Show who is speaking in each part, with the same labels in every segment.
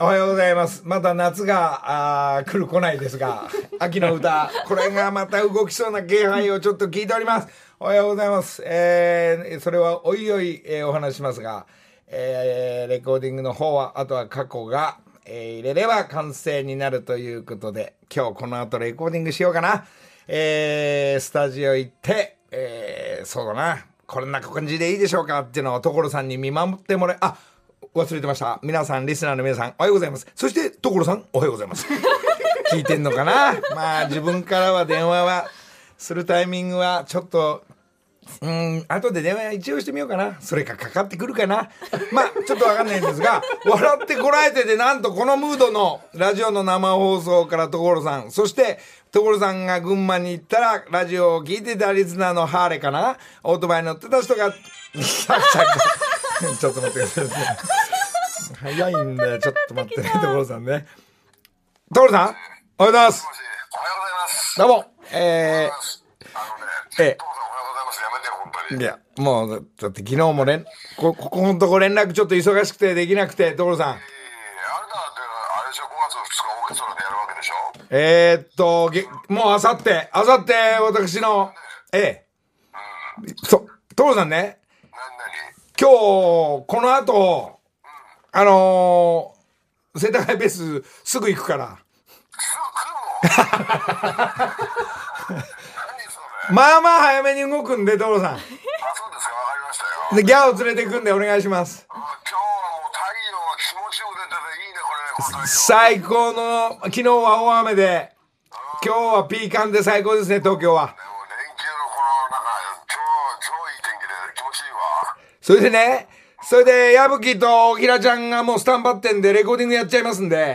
Speaker 1: おはようございます。まだ夏が、あー来る来ないですが、秋の歌、これがまた動きそうな気配をちょっと聞いております。おはようございます。えーそれはおいおい、えーお話しますが、えーレコーディングの方は、あとは過去が、えー入れれば完成になるということで、今日この後レコーディングしようかな。えースタジオ行って、えーそうだな。こんな感じでいいでしょうかっていうのを所さんに見守ってもらい、あ、忘れてました。皆さん、リスナーの皆さん、おはようございます。そして、所さん、おはようございます。 聞いてんのかなまあ、自分からは電話は、するタイミングは、ちょっと、うん、後で電話一応してみようかな。それかかかってくるかな。まあ、ちょっとわかんないんですが、笑ってこらえてで、なんとこのムードのラジオの生放送から所さん、そして、所さんが群馬に行ったら、ラジオを聞いてたリスナーのハーレかなオートバイ乗ってた人 が、ちょっと待ってください。早いんだよ。ちょっと待ってね、所さんね。所さん、おはようございます。
Speaker 2: おはようございます。
Speaker 1: どうも。えー、
Speaker 2: あのね、
Speaker 1: ええ
Speaker 2: 父さんおはようございます。やめてよ、本当
Speaker 1: い
Speaker 2: に。
Speaker 1: や、もう、だって昨日も連、こ、ここのとこ連絡ちょっと忙しくてできなくて、所さん。
Speaker 2: ええあれだって、あれでしょ、5月2日オーケストラでやるわけでしょ。
Speaker 1: えー、っと、げもうあさって、あさって、私の、ええ。そ、所さんね、
Speaker 2: なんなに
Speaker 1: 今日、この後、あのー、世田谷ベース、すぐ行くから。
Speaker 2: す ぐ来るの何それ
Speaker 1: まあまあ早めに動くんで、所さ
Speaker 2: あ、そうですか、わかりました
Speaker 1: ん。
Speaker 2: よ。
Speaker 1: で、ギャオ連れてくんでお願いします。
Speaker 2: あ今日はもう太陽が気持ちよく出てていいね、これね、この太陽。
Speaker 1: 最高の、昨日は大雨で、今日はピーカンで最高ですね、東京は。
Speaker 2: でも連休のこの、なんか、超、超いい天気で気持ちいいわ。
Speaker 1: それでね、それで、矢吹とひらちゃんがもうスタンバってんでレコーディングやっちゃいますんで、
Speaker 2: あ、そ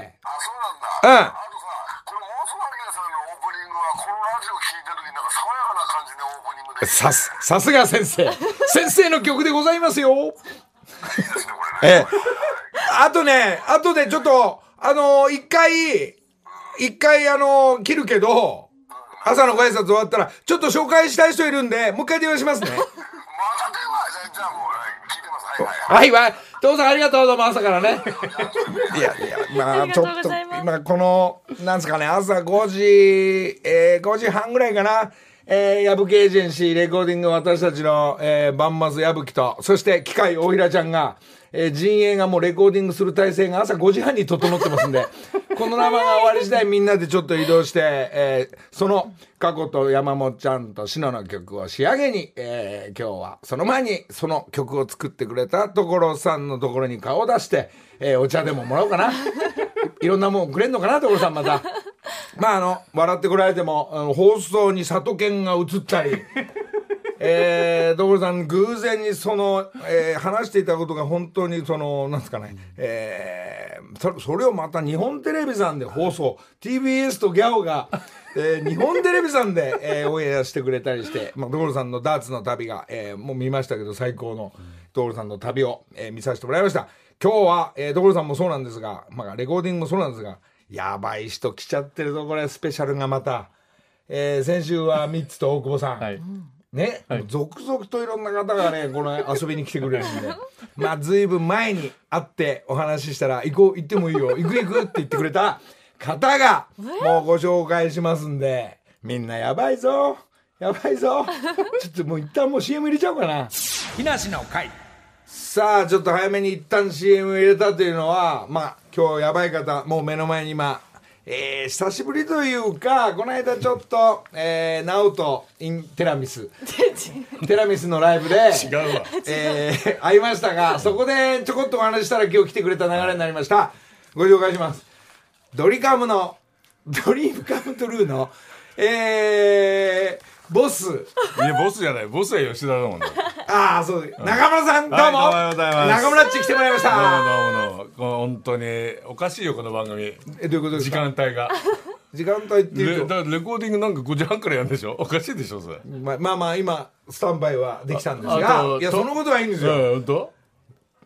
Speaker 2: うなんだ。
Speaker 1: うん
Speaker 2: あとさ、これ、モースマリアさんのオープニングは、このラジオ聞いてる時になんか爽やかな感じでオープニングでき
Speaker 1: さす、さすが先
Speaker 2: て。
Speaker 1: 生。先生の曲でございますよ。
Speaker 2: いいですね、これ
Speaker 1: ええ。
Speaker 2: ね。
Speaker 1: あとね、あとでちょっと、あのー一回、一回あのー切るけど、朝のご挨拶終わったら、ちょっと紹介したい人いるんで、もう一回電話しますね。
Speaker 2: また電話じゃあもう聞いてます。はいはい
Speaker 1: はい、
Speaker 2: はい。
Speaker 1: はい。父さんありがとう、どうも朝から ね。いやいや、ま
Speaker 3: あ
Speaker 1: あ、
Speaker 3: りがと
Speaker 1: ちょ
Speaker 3: う
Speaker 1: っ
Speaker 3: ご
Speaker 1: と、
Speaker 3: ざいます
Speaker 1: 今この、なんですかね、朝5時、えー、5時半ぐらいかな、えー、矢吹エージェンシーレコーディング私たちの、えー、バンマズ矢吹と、そして機械大平ちゃんが、えー、陣営がもうレコーディングする体制が朝5時半に整ってますんで、この生が終わり次第みんなでちょっと移動して、えー、その過去と山本ちゃんと篠の曲を仕上げに、えー、今日はその前にその曲を作ってくれた所さんのところに顔を出して、えー、お茶でももらおうかな。いろんなもんくれんのかな、所さんまた。まああの、笑ってこられても、あの放送に里犬が映ったり、えー、所さん、偶然にその、えー話していたことが本当にその、なんですかね、えーそ、それをまた日本テレビさんで放送、TBS とギャオが、えー日本テレビさんで、えーオンエアしてくれたりして、まあ、所さんのダーツの旅が、えーもう見ましたけど、最高の所さんの旅を、えー見させてもらいました。今日は、えー、所さんもそうなんですが、まあ、レコーディングもそうなんですが、やばい人来ちゃってるぞ、これ、スペシャルがまた。えー先週はミッツと大久保さん。
Speaker 4: はい。
Speaker 1: ね、
Speaker 4: はい
Speaker 1: もう続々といろんな方がね、この遊びに来てくれ るんで、まあ、ずいぶん前に会ってお話ししたら、行こう、行ってもいいよ、行く行くって言ってくれた方が、もうご紹介しますんで、みんなやばいぞ、やばいぞ、ちょっともう一旦もう CM 入れちゃおうかな。
Speaker 4: 木梨の会。
Speaker 1: さあ、ちょっと早めに一旦 CM 入れたというのは、まあ、今日やばい方、もう目の前に今、えー、久しぶりというか、この間ちょっと、えー、ナオト・イン・テラミス、テラミスのライブで、
Speaker 4: 違うわ。
Speaker 1: えー、会いましたが、そこでちょこっとお話ししたら今日来てくれた流れになりました。ご紹介します。ドリカムの、ドリームカムトゥルーの、えー、ボス、
Speaker 5: いや、ボスじゃない。ボスは吉田だ もんね。
Speaker 1: ああ、そうです。中村さん、どうも、
Speaker 5: はいおはようございます
Speaker 1: 中村っち来てもらいまし
Speaker 5: どうも
Speaker 1: た。
Speaker 5: どうもどうも。この本当に、おかしいよ、この番組。
Speaker 1: え、どういうことです
Speaker 5: 時
Speaker 1: か
Speaker 5: 間 帯が。
Speaker 1: 時間帯ってい
Speaker 5: レ
Speaker 1: うと、
Speaker 5: だレコーディングなんか5時半からやるんでしょおかしいでしょ、それ。
Speaker 1: まあまあまあ、今、スタンバイはできたんです
Speaker 5: ああ
Speaker 1: が
Speaker 5: と、
Speaker 1: いや、そのことはいいんですよ。
Speaker 5: うん、本当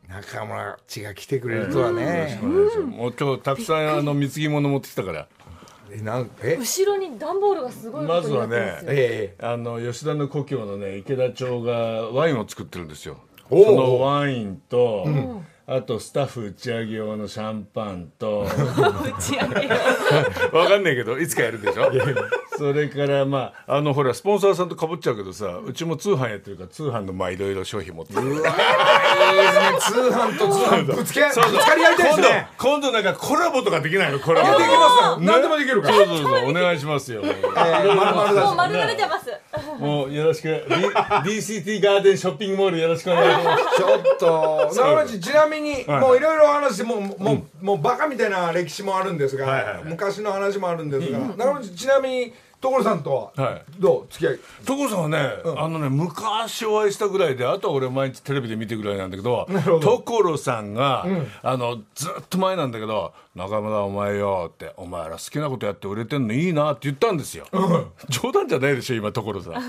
Speaker 1: 中村っちが来てくれるとはね。
Speaker 5: もう今日たくさんあの貢ぎ物持ってきたから。
Speaker 1: え、なんえ、
Speaker 3: 後ろに段ボールがすごいことになってますよ、
Speaker 5: ま
Speaker 1: え
Speaker 5: あの、吉田の故郷のね、池田町がワインを作ってるんですよ。そ
Speaker 1: おう
Speaker 5: のワインと、あとスタッフ打ち上げ用のシャンパン と
Speaker 4: 打ち上げよ
Speaker 5: わかんないけどいつかやるでしょそれからまああのほらスポンサーさんとかぶっちゃうけどさうちも通販やってるから通販のまあいろいろ商品持ってる
Speaker 1: 通販と通 販ぶつけ、ぶつ
Speaker 5: そうそう
Speaker 1: かり合いたいですね。
Speaker 5: 今度今度なんかコラボとかできないのコラボ
Speaker 1: できますよ。何でもできるから。
Speaker 5: そうそうそうお願いしますよ
Speaker 1: えーまるまるだ
Speaker 4: も
Speaker 1: し
Speaker 4: う丸々出てます
Speaker 5: もうよろしく D- DCT ガーデンショッピングモールよろしくお願いします
Speaker 1: ちょっと、中町ちなみに、
Speaker 5: はい
Speaker 1: もういろいろ話して、もう、もう、もうバカみたいな歴史もあるんです
Speaker 5: はいはいは
Speaker 1: が
Speaker 5: い、
Speaker 1: 昔の話もあるんですが、中町ちなみに、所さんと
Speaker 5: は、
Speaker 1: はいどう付き合い
Speaker 5: 所さんはね、あのね昔お会いしたぐらいであとは俺毎日テレビで見てるぐらいなんだけど所さんが、あのずっと前なんだけど「中村お前よ」って「お前ら好きなことやって売れてんのいいな」って言ったんですよ、冗談じゃないでしょ今所さん好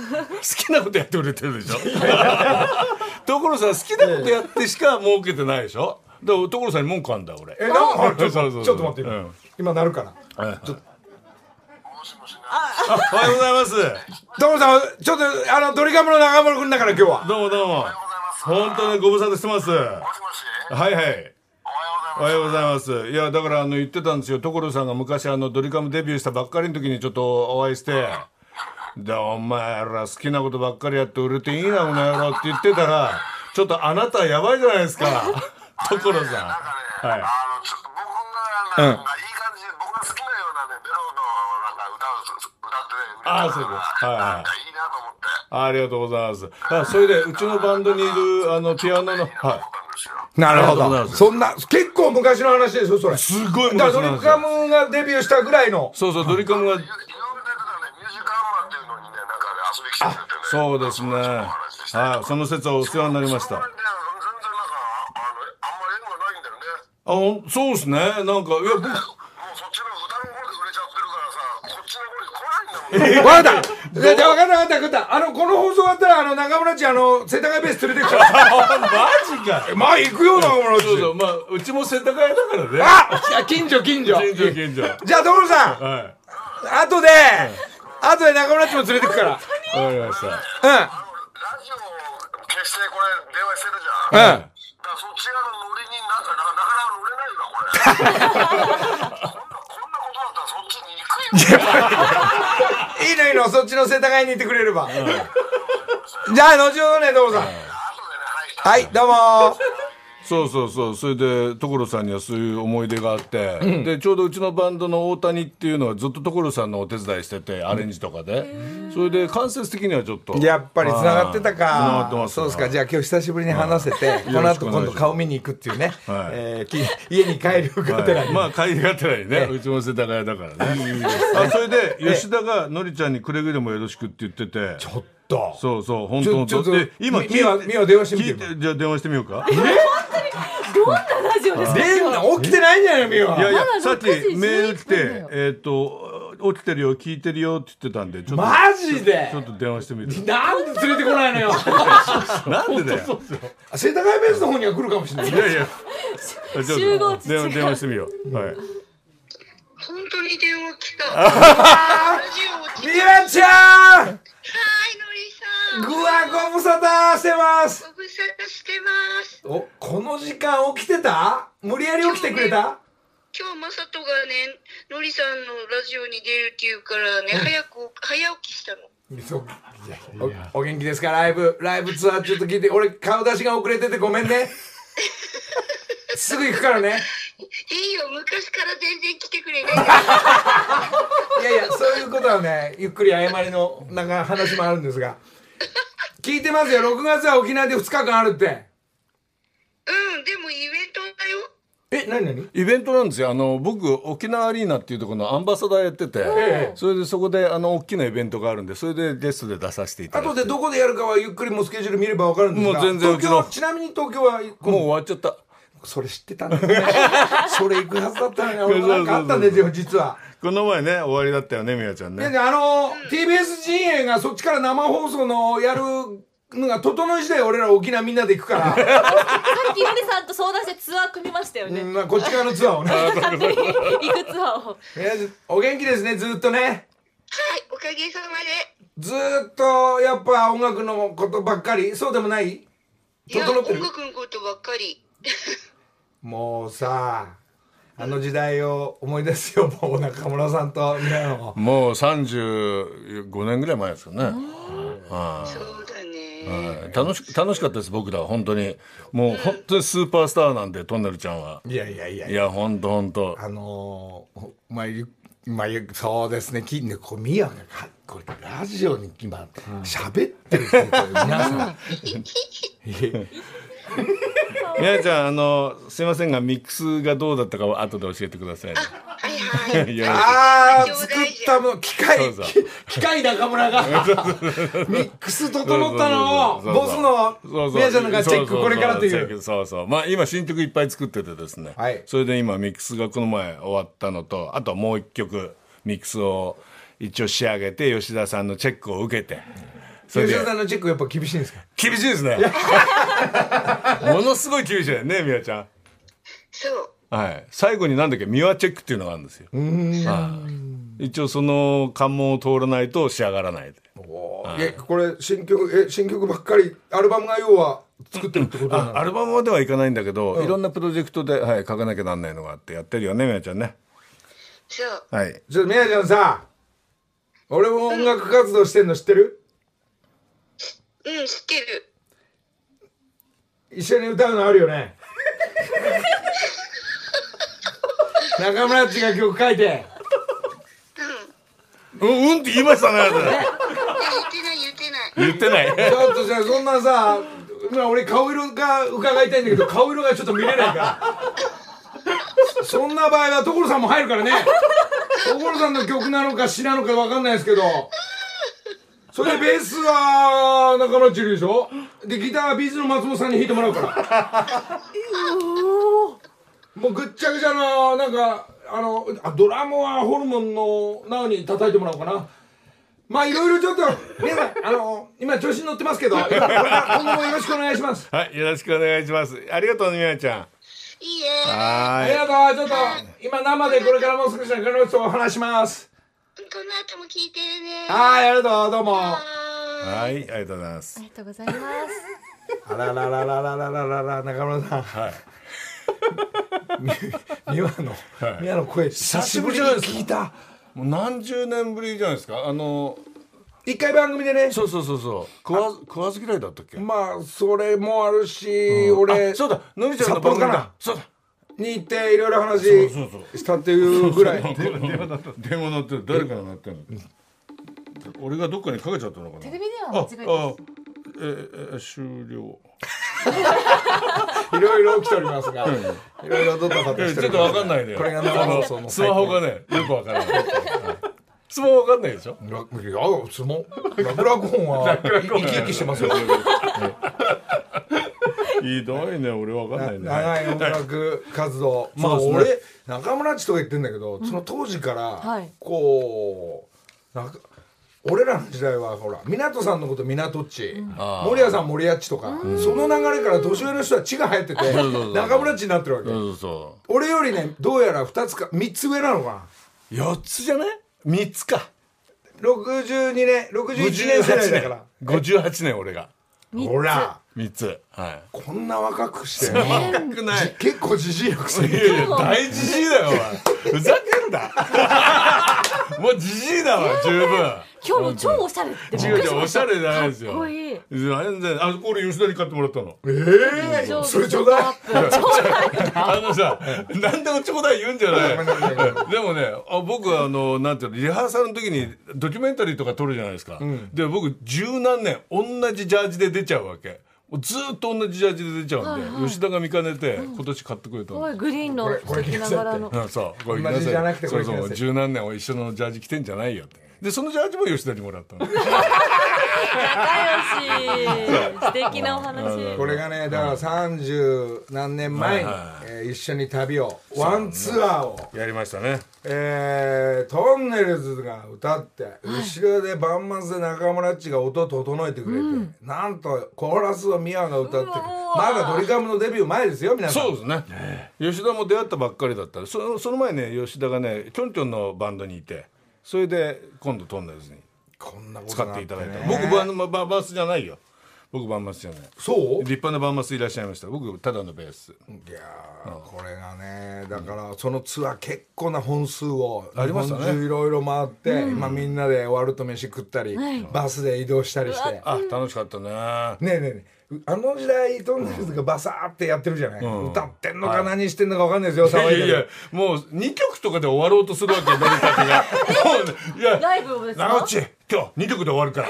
Speaker 5: きなことやって売れてるでしょ 所さん好きなことやってしか儲けてないでしょだから所さんに文句あんだ俺
Speaker 1: え、なんか、ちょっ
Speaker 5: そうそうそ
Speaker 1: と
Speaker 5: う
Speaker 1: ちょっと待って
Speaker 5: うん、
Speaker 1: 今なるから。
Speaker 2: もしもしね。
Speaker 5: おはようございます
Speaker 1: 所さん、ちょっと、あの、ドリカムの中村くんだから今日は。
Speaker 5: どうもどうも
Speaker 2: おはようございます。
Speaker 5: 本当にご無沙汰してますは
Speaker 2: もしもし。
Speaker 5: いは
Speaker 2: お
Speaker 5: いお
Speaker 2: は
Speaker 5: は
Speaker 2: ようございます。
Speaker 5: ようございます。いや、だからあの言ってたんですよ。所さんが昔あのドリカムデビューしたばっかりの時にちょっとお会いして、で、お前ら好きなことばっかりやって売れていいな、この野郎って言ってたら、ちょっとあなたやばいじゃないですか。所さん。
Speaker 2: なんかね、
Speaker 5: は
Speaker 2: あ
Speaker 5: い。
Speaker 2: の、ちょっと僕が、なんか、いい感じで、僕が好きなようなね、メロディーの、なんか、歌を、歌ってね、
Speaker 5: あーそうですはいはい
Speaker 2: なんかいいなと思って、
Speaker 5: ありがとうございます。あ、それで、うちのバンドにいる、あの、ピア
Speaker 2: い
Speaker 5: ノの、
Speaker 2: いなと思
Speaker 5: は
Speaker 2: ったんですよ。
Speaker 1: なるほ
Speaker 5: ありがとうござい
Speaker 1: ど。
Speaker 5: ます
Speaker 1: そんな、結構昔の話ですよ、それ。
Speaker 5: い。すごい昔
Speaker 1: だから
Speaker 5: な
Speaker 1: ドリ
Speaker 5: んですよ
Speaker 1: カムがデビューしたぐらいの。
Speaker 5: そうそう、ドリカムが、
Speaker 2: 言われてたね、ミュージカルマンっていうのにね、なんかね、遊びに来てくれてね。
Speaker 5: そうですね。はい、その説はお世話になりまし
Speaker 2: そ
Speaker 5: た。
Speaker 2: の前ね全然なんか、あの、あんまり縁がないんだよね。
Speaker 5: あ、ほんそうですね。なんか、いや、僕、
Speaker 2: も うそっちの歌の方で売れちゃってるからさ、こっちの方に来ないんだもん
Speaker 1: わかっ
Speaker 2: ね。
Speaker 1: たじゃあ、じゃあ分かった分かった分かった。あの、この放送終わったら、あの、中村ち、あの、世田谷ベース連れてくから。
Speaker 5: あ、マジか。
Speaker 1: まあ、行くよ、中村ち。
Speaker 5: そうそう、まあ、うちも世田谷だからね。
Speaker 1: あいや近所近所
Speaker 5: 近所近所。
Speaker 1: じゃあ所さん
Speaker 5: は
Speaker 1: 後で後で中村っちも連れてくか
Speaker 5: い。わかりました。
Speaker 1: ら
Speaker 2: あのラジオを消してこれ電話してるじ
Speaker 1: う
Speaker 2: ゃ
Speaker 1: ん
Speaker 2: ん。だか
Speaker 1: うん
Speaker 2: らそっち側のノリになんかなかなか乗れないわこれ。こんなこんなことだったらそっちに行くよ。
Speaker 1: いいのいいのそっちの世田谷にいてくれればじゃあ後ほどね所さん
Speaker 2: 後でね、はい。
Speaker 1: はいどうも
Speaker 5: そうそうそう。それで、所さんにはそういう思い出があって、で、ちょうどうちのバンドの大谷っていうのはずっと所さんのお手伝いしてて、アレンジとかで。それで、間接的にはちょっと。
Speaker 1: やっぱり繋がってた
Speaker 5: はい繋がって
Speaker 1: か
Speaker 5: ます
Speaker 1: そうですかじゃあ今日久しぶりに話せてこの後今度顔見に行くっていうね
Speaker 5: はい
Speaker 1: えーき 家に帰る
Speaker 5: は
Speaker 1: が
Speaker 5: い
Speaker 1: てらに
Speaker 5: まあ帰りがてらにね、うちも世田谷だからね。あそれで、吉田がのりちゃんにくれぐれもよろしくって言ってて。
Speaker 1: ちょっと
Speaker 5: そうそう、本当本
Speaker 1: ちょ
Speaker 5: 当
Speaker 1: ちょっと
Speaker 5: で今
Speaker 1: み
Speaker 5: 聞いて
Speaker 1: みわみわ電話してみて
Speaker 5: 聞いじゃあ電話してみようか。
Speaker 4: どんなラジオですか
Speaker 1: レンナ起きてないんじゃないみはい
Speaker 5: やいや
Speaker 4: ま、だ
Speaker 5: さっき
Speaker 4: 6時
Speaker 5: メール来て
Speaker 4: 11分だよ、
Speaker 5: えっ、と、起きてるよ、聞いてるよって言ってたんで、ちょっと、
Speaker 1: マジで
Speaker 5: ちょっと電話してみる。
Speaker 1: なんで連れてこないの よ
Speaker 5: なんでだよ。
Speaker 1: 世田谷ベースの方には来るかもしれない
Speaker 5: いやいや、ち
Speaker 4: 集
Speaker 5: ょ
Speaker 4: 合
Speaker 5: っと
Speaker 4: 地
Speaker 5: 電話
Speaker 4: 違う
Speaker 5: 電話してみよう。はい。
Speaker 6: 本当に電話来た。ラジオを聞
Speaker 1: み
Speaker 6: いた。は
Speaker 1: わちゃん
Speaker 6: い、のりさん。
Speaker 1: ぐわご無沙汰してます
Speaker 6: ご無沙汰してます。
Speaker 1: おこの時間起きてた無理やり起きてくれた
Speaker 6: 今日まさとがね、のりさんのラジオに出るっていうからね、早く早起きしたの。
Speaker 1: そういやおお元気ですかライブライブツアーちょっと聞いて俺顔出しが遅れててごめんねすぐ行くからね
Speaker 6: いいよ、昔から全然来てくれないから。
Speaker 1: いやいやそういうことはねゆっくり謝りのなんか話もあるんですが聞いてますよ6月は沖縄で2日間あるって
Speaker 6: うん、でもイベントだよ。
Speaker 1: え何何
Speaker 5: イベントなんですよ。あの、僕、沖縄アリーナっていうところのアンバサダーやってて、
Speaker 1: ええ
Speaker 5: それでそこで、あの、大きなイベントがあるんで、それでゲストで出させていただい
Speaker 1: 後
Speaker 5: て。
Speaker 1: でどこでやるかはゆっくりもうスケジュール見ればわかるんですが
Speaker 5: もう全然
Speaker 1: 東京は
Speaker 5: うちの
Speaker 1: ちなみに東京は
Speaker 5: もう終わっちゃった。
Speaker 1: それ知ってたんだ ねそれ行くはずだったのに俺もなんかあったん
Speaker 5: そう
Speaker 1: で
Speaker 5: そう
Speaker 1: すよ実は。
Speaker 5: この前ね、終わりだったよね、みやちゃん
Speaker 1: で
Speaker 5: ね。
Speaker 1: ねあの TBS 陣営がそっちから生放送のやるのが整い次第俺ら沖縄みんなで行くから、
Speaker 4: さっきのりさんと相談してツアー組みましたよ
Speaker 1: う
Speaker 4: ね
Speaker 1: んまあ、こっち側のツアーをね
Speaker 4: 勝手に行くツアーを
Speaker 1: いやお元気ですねずっとね
Speaker 6: はい、おかげさまで。
Speaker 1: ずっとやっぱ音楽のことばっかりそうでもない
Speaker 6: いや、
Speaker 1: 整って
Speaker 6: 音
Speaker 1: る
Speaker 6: 楽のことばっかり。
Speaker 1: もうさあの時代を思い出すよもう中村さんとみんなの
Speaker 5: もう35年ぐらい前ですよね。
Speaker 6: そうだね。
Speaker 5: はい楽し楽しかったです僕らは本当にもう本当にスーパースターなんでトンネルちゃんはい
Speaker 1: やいやいや
Speaker 5: いや本当本当
Speaker 1: あのー、ほまあゆまあゆそうですね金ねこう宮がかこれラジオに今喋ってるっていうことで皆さん
Speaker 5: みやちゃんあのすいませんがミックスがどうだったかは後で教えてくださ い、
Speaker 6: はいはい。
Speaker 5: いや
Speaker 1: あー
Speaker 6: 兄弟
Speaker 1: 作
Speaker 6: じゃん
Speaker 1: ったもの機械
Speaker 5: そう
Speaker 1: き
Speaker 5: そ
Speaker 1: 機械中村がミックス整ったのを
Speaker 5: そうそう
Speaker 1: ボス
Speaker 5: そ
Speaker 1: の
Speaker 5: うそう
Speaker 1: 宮ちゃんのがチェッ
Speaker 5: そう
Speaker 1: ク
Speaker 5: そう
Speaker 1: これからと
Speaker 5: チ
Speaker 1: い
Speaker 5: ェッ
Speaker 1: う
Speaker 5: クそうそうまあ今新曲いっぱい作っててですね、
Speaker 1: はい
Speaker 5: それで今ミックスがこの前終わったのとあともう一曲ミックスを一応仕上げて吉田さんのチェックを受けてそれ
Speaker 1: 吉
Speaker 5: で
Speaker 1: 田さんのチェックやっぱ厳しいんですか
Speaker 5: 厳し いですねものすごい厳しいよねみやちゃん
Speaker 6: そう。
Speaker 5: はい、最後になんだっけミワチェックっていうのがあるんですよ。はい一応その関門を通らないと仕上がらない。
Speaker 1: えこれ新曲え新曲ばっかりアルバムが要は作ってるってことな
Speaker 5: あ
Speaker 1: の
Speaker 5: アルバムまではいかないんだけど、いろんなプロジェクトで、はい、書かなきゃなんないのがあってやってるよねみやちゃんね。
Speaker 6: そう。
Speaker 5: はい。
Speaker 1: ちょっと宮ちゃんさ俺も音楽活動してんの知ってる
Speaker 6: うん、知ってる。
Speaker 1: 一緒に歌うのあるよね中村っちが曲書いて
Speaker 5: うんうんって言いましたね。あ
Speaker 6: いや、言ってない言ってな い。
Speaker 5: なた言ってない。
Speaker 1: ちょっとじゃあそんなさまあ俺顔色が伺いたいんだけど顔色がちょっと見れないからそんな場合は所さんも入るからね所さんの曲なのか詩なのか分かんないですけどそれでベースは中野ちるでしょでギターはビーズの松本さんに弾いてもらうからもうぐっちゃぐちゃななんかあのあドラムはホルモンのなおに叩いてもらおうかなまあいろいろちょっと皆さんあの今調子に乗ってます けど今これから今後もよろしくお願いします
Speaker 5: はい、よろしくお願いします。ありがとうねみやちゃん。
Speaker 6: いいえ。
Speaker 1: あ
Speaker 5: は
Speaker 1: り
Speaker 5: い。
Speaker 1: がとうちょっと今生でこれからもう少し中野とお話します
Speaker 6: この後も聞いてるね。
Speaker 1: はいありがとうどうもあ
Speaker 6: は
Speaker 5: はい、ありがとうございます
Speaker 3: り。がとうございます。
Speaker 1: ららららららららら中村さんはいミワの、ミワの声久しぶりに聞いた
Speaker 5: もう何十年ぶりじゃないですか。あの、
Speaker 1: 一回番組でね
Speaker 5: そうそうそうそう。食わず食わず嫌いだったっけ。
Speaker 1: まあそれもあるし、俺
Speaker 5: あそうだ、のりちゃんの番
Speaker 1: 札幌
Speaker 5: 組
Speaker 1: かな
Speaker 5: だ。そうだ。
Speaker 1: に行っていろいろ話したっていうぐらい
Speaker 5: 電話鳴って電話鳴ってる誰から鳴ってんの俺がどっかにかけちゃったのかな
Speaker 3: テレビ電話間違えてます
Speaker 5: ああええ終了
Speaker 1: いろいろ起きておりますがいろいろドタバタ
Speaker 5: え
Speaker 1: し
Speaker 5: ち
Speaker 1: て
Speaker 5: ょっとわかんないいね
Speaker 1: これが生放送の
Speaker 5: スマホがねよくわからないスマホわかんないでしょ
Speaker 1: いや、相撲落落本は生き生きしてますよ。
Speaker 5: ひどいね俺わかんないね
Speaker 1: 長い音楽活動。まあ、
Speaker 5: そうです
Speaker 1: 俺、中村っちとか言ってんだけど、その当時から
Speaker 3: い、
Speaker 1: こう、なんか、俺らの時代はほら湊さんのこと湊っち
Speaker 5: あー
Speaker 1: 守屋さん守屋っちとかその流れから年上の人は血が入ってて
Speaker 5: そうそうそう
Speaker 1: 中村っちになってるわけ
Speaker 5: そうそ
Speaker 1: 俺よりねどうやら2つか3つ上なのか
Speaker 5: う四つじゃない三つか
Speaker 1: な62年61年世代だから
Speaker 5: 五十八年俺が
Speaker 1: ほら
Speaker 5: 三つは
Speaker 1: こんな若くして
Speaker 5: いくない
Speaker 1: 結構じじいの くせに
Speaker 5: いやいや大じじいだよお前ふざけ んなもうじじいだわ十分
Speaker 3: 今日も超おしゃれってびっ
Speaker 5: 違う
Speaker 3: くり
Speaker 5: 違
Speaker 3: し
Speaker 5: う
Speaker 3: ま
Speaker 5: お
Speaker 3: し
Speaker 5: しゃれじゃないですよ
Speaker 3: かっこいい
Speaker 5: 全然あこれ吉田に買ってもらったの
Speaker 1: ええ
Speaker 3: た。
Speaker 1: それちょうだい
Speaker 5: あのさ何でもちょうだい言うんじゃないでもねあ僕はあのなんていうのリハーサルの時にドキュメンタリーとか撮るじゃないですか、で僕十何年同じジャージで出ちゃうわけもうずーっと同じジャージで出ちゃうんで、吉田が見かねて、今年買ってくれた
Speaker 3: す
Speaker 5: の、
Speaker 3: ごいグリーンの
Speaker 1: これこれ
Speaker 3: 素敵な柄の。
Speaker 5: うん、そうこれ
Speaker 1: 同じじゃなくてこ
Speaker 5: そ
Speaker 1: れ
Speaker 5: うそ
Speaker 1: 着な
Speaker 5: う
Speaker 1: さい
Speaker 5: 十何年を一緒のジャージ着てんじゃないよってでそのジャージも吉田にもらったの
Speaker 4: 仲良し。素敵なお話。
Speaker 1: これがねだから三十何年前に、えー一緒に旅をワンツアーを、
Speaker 5: やりましたね
Speaker 1: えートンネルズが歌って、後ろでバンマスで中村っちが音を整えてくれて、なんとコーラスをミアが歌ってまだドリカムのデビュー前ですよ皆さん
Speaker 5: そうですね、吉田も出会ったばっかりだったそのその前ね吉田がねきょんきょんのバンドにいてそれで今度トンネルズに
Speaker 1: こんなこと
Speaker 5: 使
Speaker 1: があ
Speaker 5: って
Speaker 1: っ
Speaker 5: い
Speaker 1: て
Speaker 5: ただいた、
Speaker 1: ね
Speaker 5: 僕バンドバババースじゃないよ僕バンマスじゃない
Speaker 1: そう
Speaker 5: 立派なバンマスいらっしゃいました僕ただのベース
Speaker 1: いやーこれがねだからそのツアー結構な本数を
Speaker 5: ありましたね
Speaker 1: 日本中いろいろ回って、今みんなでワルト飯食ったり、バスで移動したりしてね
Speaker 5: あ楽しかったね
Speaker 1: えねえねえあの時代トンネルズがバサーってやってるじゃない、歌ってんのか何してんのか分かんないですよ
Speaker 5: いや
Speaker 1: 騒いで
Speaker 5: いやもう2曲とかで終わろうとするわけよ誰かがもういや
Speaker 3: ライブをですか
Speaker 5: 長内今日2曲で終わるか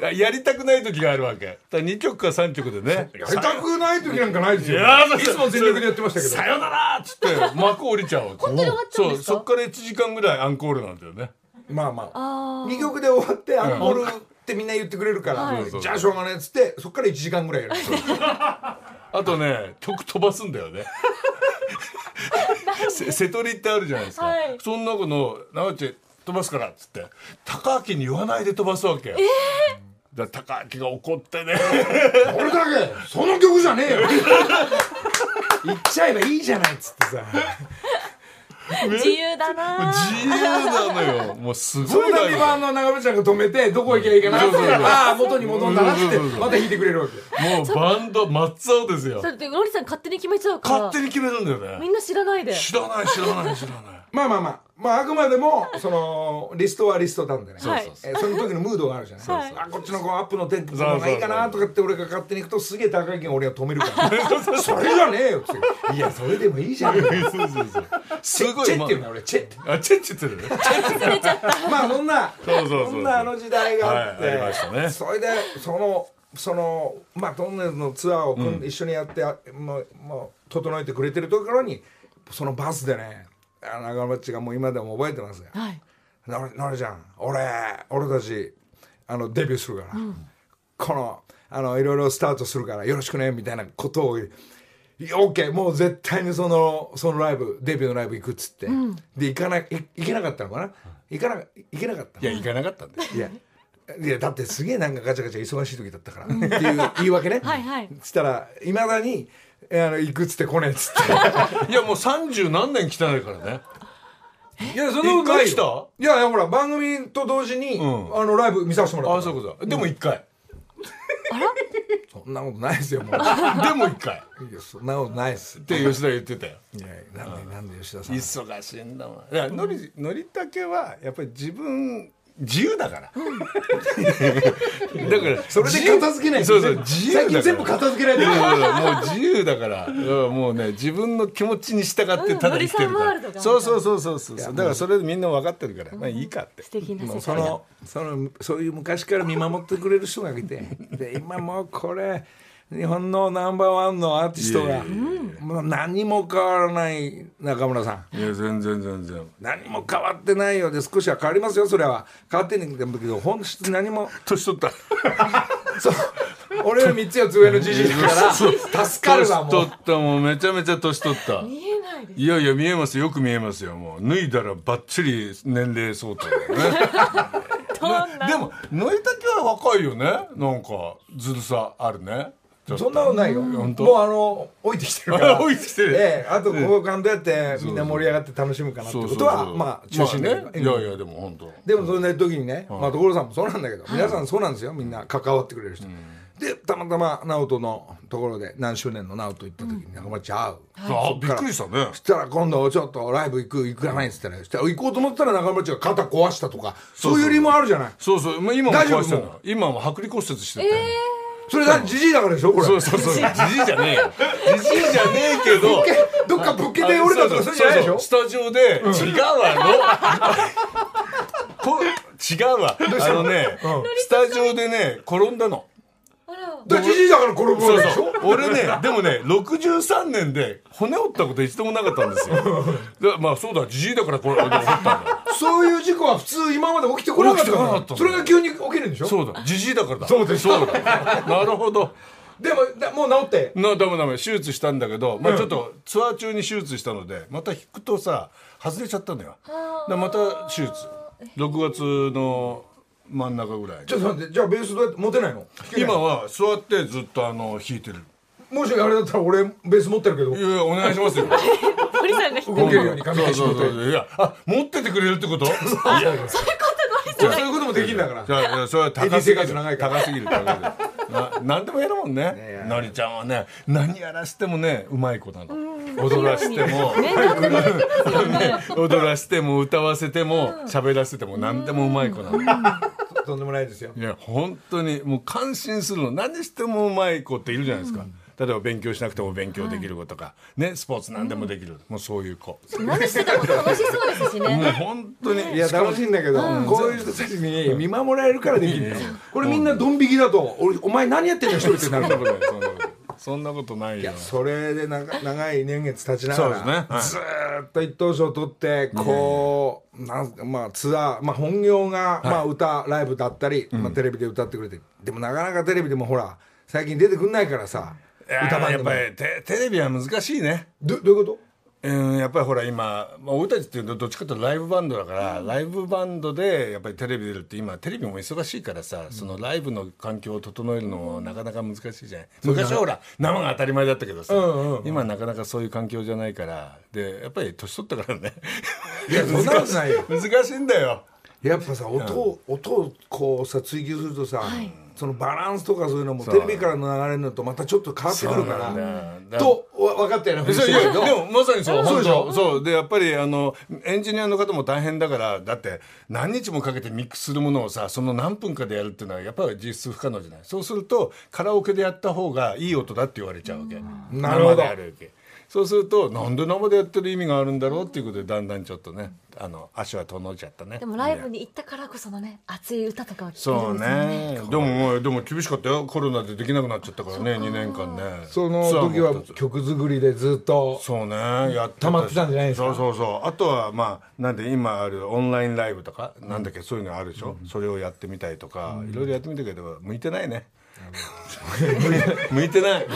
Speaker 5: ら やりたくない時があるわけだから2曲か3曲でね
Speaker 1: やりたくない時なんかないですよ
Speaker 5: やー
Speaker 1: いつも全力でやってましたけど
Speaker 5: さよならっつって幕降りちゃうわけ
Speaker 3: 本当に終わっちゃうんですか
Speaker 5: そうそっから1時間ぐらいアンコールなんだよね
Speaker 1: まあまあ2曲で終わってアンコールってみんな言ってくれるから、
Speaker 5: い
Speaker 1: じゃあしょうがないっつってそっから1時間ぐらい やる
Speaker 5: あとね曲飛ばすんだ よねせ瀬戸りってあるじゃないですか、
Speaker 4: はい
Speaker 5: そんな子の「直ち飛ばすから」っつって高明に言わないで飛ばすわけよ、だから高明が怒ってね
Speaker 1: 俺だけその曲じゃねえ よ言っちゃえばいいじゃないっつってさ
Speaker 4: 自由だなー。
Speaker 5: 自由なのよもうす
Speaker 1: そ
Speaker 5: ごい
Speaker 1: の
Speaker 5: な
Speaker 1: 度版の長渕ちゃんが止めてどこ行きゃいいかなってああ元に戻んだなっつって
Speaker 5: うんうんうん
Speaker 1: また弾いてくれるわけ
Speaker 5: もうバンド松尾ですよ
Speaker 4: だってロリさん勝手に決めちゃうから。
Speaker 5: 勝手に決めるんだよ
Speaker 4: み
Speaker 5: ね
Speaker 4: んな知らないで。
Speaker 5: 知らない知らない知らない
Speaker 1: まあまあまあまああくまでもそのリストはリストなんでね
Speaker 4: そうそうそ
Speaker 1: えーその時のムードがあるじゃない
Speaker 4: そうそう
Speaker 1: あこっちのこうアップのテンポの方がいいかなとかって俺が勝手に行くとすげえ高い金俺が止めるからそれじゃねえよっつっていやそれでもいいじゃん
Speaker 5: そうそうそう
Speaker 1: チ
Speaker 5: す
Speaker 1: ェ
Speaker 5: ご
Speaker 1: チ
Speaker 5: い
Speaker 1: ェ
Speaker 5: ま
Speaker 1: って言うんだ俺チェって
Speaker 5: あチェッチェってるね
Speaker 1: まあそんな
Speaker 5: そうそうそう
Speaker 1: そんなあの時代があって、
Speaker 5: はいありましたね
Speaker 1: それでそのそのまあトンネルズのツアーを組んで一緒にやって、あもうもう整えてくれてるところにそのバスでねあ長町がもう今でも覚えてますよ。
Speaker 4: はい。
Speaker 1: なるなるちゃん俺俺たちあのデビューするから、このあのいろいろスタートするからよろしくねみたいなことを OK もう絶対にそのそのライブデビューのライブ行くっつって、で行かない行けなかったのかな行かな行けなかった
Speaker 5: いや行かなかったんだよ
Speaker 1: いやいやだってすげえなんかガチャガチャ忙しい時だったからっていう言い訳ね
Speaker 4: はいはい
Speaker 1: したらいまだにえあの行くっつって来ねえっつって
Speaker 5: いやもう三十何年来てないからね
Speaker 1: いやそ
Speaker 5: んなこと ないよ
Speaker 1: いやいやほら番組と同時に、
Speaker 5: ん
Speaker 1: あのライブ見させてもら
Speaker 5: あ
Speaker 1: った
Speaker 5: そう
Speaker 1: か
Speaker 5: いうことだでも一回
Speaker 1: らそんなことないですよもういや
Speaker 5: でも一回
Speaker 1: そんなことないです
Speaker 5: って吉田言ってたよ
Speaker 1: いやいやなんでなんで吉田さん
Speaker 5: 忙しいんだもんいやのりのりたけはやっぱり自分自由だから、だから
Speaker 1: それで片付けない
Speaker 5: そうそう自
Speaker 1: 最
Speaker 5: 由だから
Speaker 1: 近全部片付けないで
Speaker 5: そうそうもう自由だからうんもうね自分の気持ちに従ってただ生きて
Speaker 4: うんノリさ
Speaker 5: るか
Speaker 4: んワールド
Speaker 5: ら、
Speaker 4: が
Speaker 5: そうそうそうそうそうだからそれでみんな分かってるから、まあいいかって
Speaker 4: 素敵な
Speaker 1: もう
Speaker 4: 世
Speaker 1: そ
Speaker 4: 界だ。
Speaker 1: のそのそういう昔から見守ってくれる人がいてで今もうこれ日本のナンバーワンのアーティスト
Speaker 5: いや
Speaker 1: が
Speaker 5: いや
Speaker 1: もう何も変わらない中村さん
Speaker 5: いや全然全然
Speaker 1: 何も変わってないようで少しは変わりますよそれは変わってないんだけど本質何も
Speaker 5: 年取った
Speaker 1: そう俺より3つ4つ上のじじいだから助かるわも
Speaker 5: 年
Speaker 1: う
Speaker 5: 取ったもうめちゃめちゃ年取った
Speaker 4: 見えないです。
Speaker 5: いやいや見えますよく見えますよもう脱いだらばっちり年齢相当だよね
Speaker 4: どんな。
Speaker 5: でも脱いだけは若いよねなんかずるさあるねちょっと
Speaker 1: そんなことないよもう
Speaker 5: 本当
Speaker 1: あの置いてきてるから
Speaker 5: 置いてきてる
Speaker 1: ええあとここ感動やってみんな盛り上がって楽しむかなって
Speaker 5: そう
Speaker 1: こ
Speaker 5: そう
Speaker 1: と
Speaker 5: そう
Speaker 1: はまあ中心だけど
Speaker 5: まあねいやいやでも本当
Speaker 1: でもそんな時にね、まあ、所さんもそうなんだけど、皆さんそうなんですよみんな関わってくれる人、でたまたま直人のところで何周年の直人行った時に仲間ちゃう、
Speaker 5: あびっくりしたね
Speaker 1: そしたら今度ちょっとライブ行く行かないっつったらそしたら行こうと思ったら中村ちゃんが肩壊したとかそういう理由もあるじゃない
Speaker 5: そうそうまあ今も
Speaker 1: 大丈夫
Speaker 5: 壊してる
Speaker 1: も
Speaker 5: の今も剥離骨折してたよ
Speaker 1: それだじじいだからでしょこれ
Speaker 5: そうそうそうじじいじゃねえよじじいじゃねえけど
Speaker 1: どっかぶっけて折れたとかそういうんじゃないでしょ
Speaker 5: そうそうスタジオで、違うわ のこ違うわあのね、スタジオでね転んだの
Speaker 1: だからじじいだから転ぶ
Speaker 5: そ
Speaker 1: わ
Speaker 5: う
Speaker 1: けでし
Speaker 5: そ
Speaker 1: ょ
Speaker 5: う俺ねでもね63年で骨折ったこと一度もなかったんですよ でまあそうだじじいだからこれ俺が折ったんだ
Speaker 1: そういう事故は普通今まで起きてこなかったか
Speaker 5: 起きてこなからったの
Speaker 1: それが急に起きるんでしょ
Speaker 5: そうだじじいだからだ
Speaker 1: そうでしょ
Speaker 5: そうだなるほど
Speaker 1: でもだもう治って
Speaker 5: なダメダメ手術したんだけど、まあ、ちょっとツアー中に手術したのでまた引くとさ外れちゃったのよでまた手術6月の真ん中ぐらいに
Speaker 1: ちょっと待ってじゃあベースどうやって持てないの
Speaker 5: 今は座ってずっとあの弾いてる
Speaker 1: もしあれだったら俺ベース持ってるけど
Speaker 5: いやいやお願いしますよ
Speaker 4: ロリさ んが引く。
Speaker 1: 動けるように考えて
Speaker 5: そうそうそういやあ持っててくれるってこといや
Speaker 1: そういうこともできるんだから
Speaker 5: じゃあいやそれは
Speaker 1: エデ
Speaker 5: 高
Speaker 1: ィ生
Speaker 5: すぎる
Speaker 1: 活長いから
Speaker 5: 高すぎる高すぎるな何でもやるもん
Speaker 1: いや
Speaker 5: ね
Speaker 1: いや
Speaker 5: のりちゃんはね何やらしてもねうまい子なの踊らしても、
Speaker 4: ね、なんでもできますよね。
Speaker 5: 踊らしても歌わせても喋らせても何でもうまい子なの
Speaker 1: とんでもないですよ
Speaker 5: いや本当にもう感心するの何してもうまい子っているじゃないですか例えば勉強しなくても勉強できる子とかねスポーツ何でもできるもうそういう子
Speaker 4: 何してても楽しそうですし
Speaker 5: もう
Speaker 4: ね。
Speaker 5: 本当に
Speaker 1: いや楽しいんだけど、こういう人たちに見守られるからできるんだよ、これみんなドン引きだと「俺お前何やってんだ一人」ってなる
Speaker 5: そんなことないそんなことそんなことないよ
Speaker 1: それで長長い年月経ちながら、
Speaker 5: そうですねはい
Speaker 1: ずーっと一等賞取ってこう、なんすかまあ、ツアー、まあ、本業が、まあ、歌ライブだったり、まあ、テレビで歌ってくれてでもなかなかテレビでもほら最近出てくんないからさ
Speaker 5: いや
Speaker 1: 歌番
Speaker 5: やっ
Speaker 1: 組
Speaker 5: ぱりテテレビは難しいね
Speaker 1: どどういうこ
Speaker 5: うん、やっぱりほら今、まあ、俺たちっていうとどっちかというとライブバンドだから、ライブバンドでやっぱりテレビ出るって今テレビも忙しいからさ、そのライブの環境を整えるのもなかなか難しいじゃない昔はほら生が当たり前だったけどさ、今なかなかそういう環境じゃないからでやっぱり年取ったからね
Speaker 1: といやそんなことないよ
Speaker 5: 難しいんだよ
Speaker 1: やっぱさ音を、音をこうさ追求するとさ、そのバランスとかそういうのもテレビからの流れのとまたちょっと変わってくるか
Speaker 5: そう
Speaker 1: ら
Speaker 5: なんだ
Speaker 1: とわ分かったようなふりし
Speaker 5: そう
Speaker 1: て
Speaker 5: い
Speaker 1: るけ
Speaker 5: やで
Speaker 1: ど
Speaker 5: もまさにそう
Speaker 1: そうでしょ
Speaker 5: 本当そうでやっぱりあのエンジニアの方も大変だからだって何日もかけてミックスするものをさその何分かでやるっていうのはやっぱり実質不可能じゃないそうするとカラオケでやった方がいい音だって言われちゃうわけ
Speaker 1: なるほど
Speaker 5: 生でやるわけそうするとなんで生でやってる意味があるんだろうっていうことでだんだんちょっとねあの足は遠のいちゃったね
Speaker 4: でもライブに行ったからこそのね、熱い歌とかを聴け
Speaker 5: そ
Speaker 4: る
Speaker 5: う
Speaker 4: で
Speaker 5: ん
Speaker 4: すよね。
Speaker 5: ねでもでも厳しかったよコロナでできなくなっちゃったからね2年間ね
Speaker 1: その
Speaker 5: ツアーも
Speaker 1: 時は
Speaker 5: 二つ
Speaker 1: 曲作りでずっと
Speaker 5: そうねやって
Speaker 1: 溜まってたんじゃないですか
Speaker 5: そうそうそうあとはまあなんで今あるオンラインライブとかなんだっけそういうのあるでしょ、それをやってみたりとか、いろいろやってみたけど向いてないね向い てない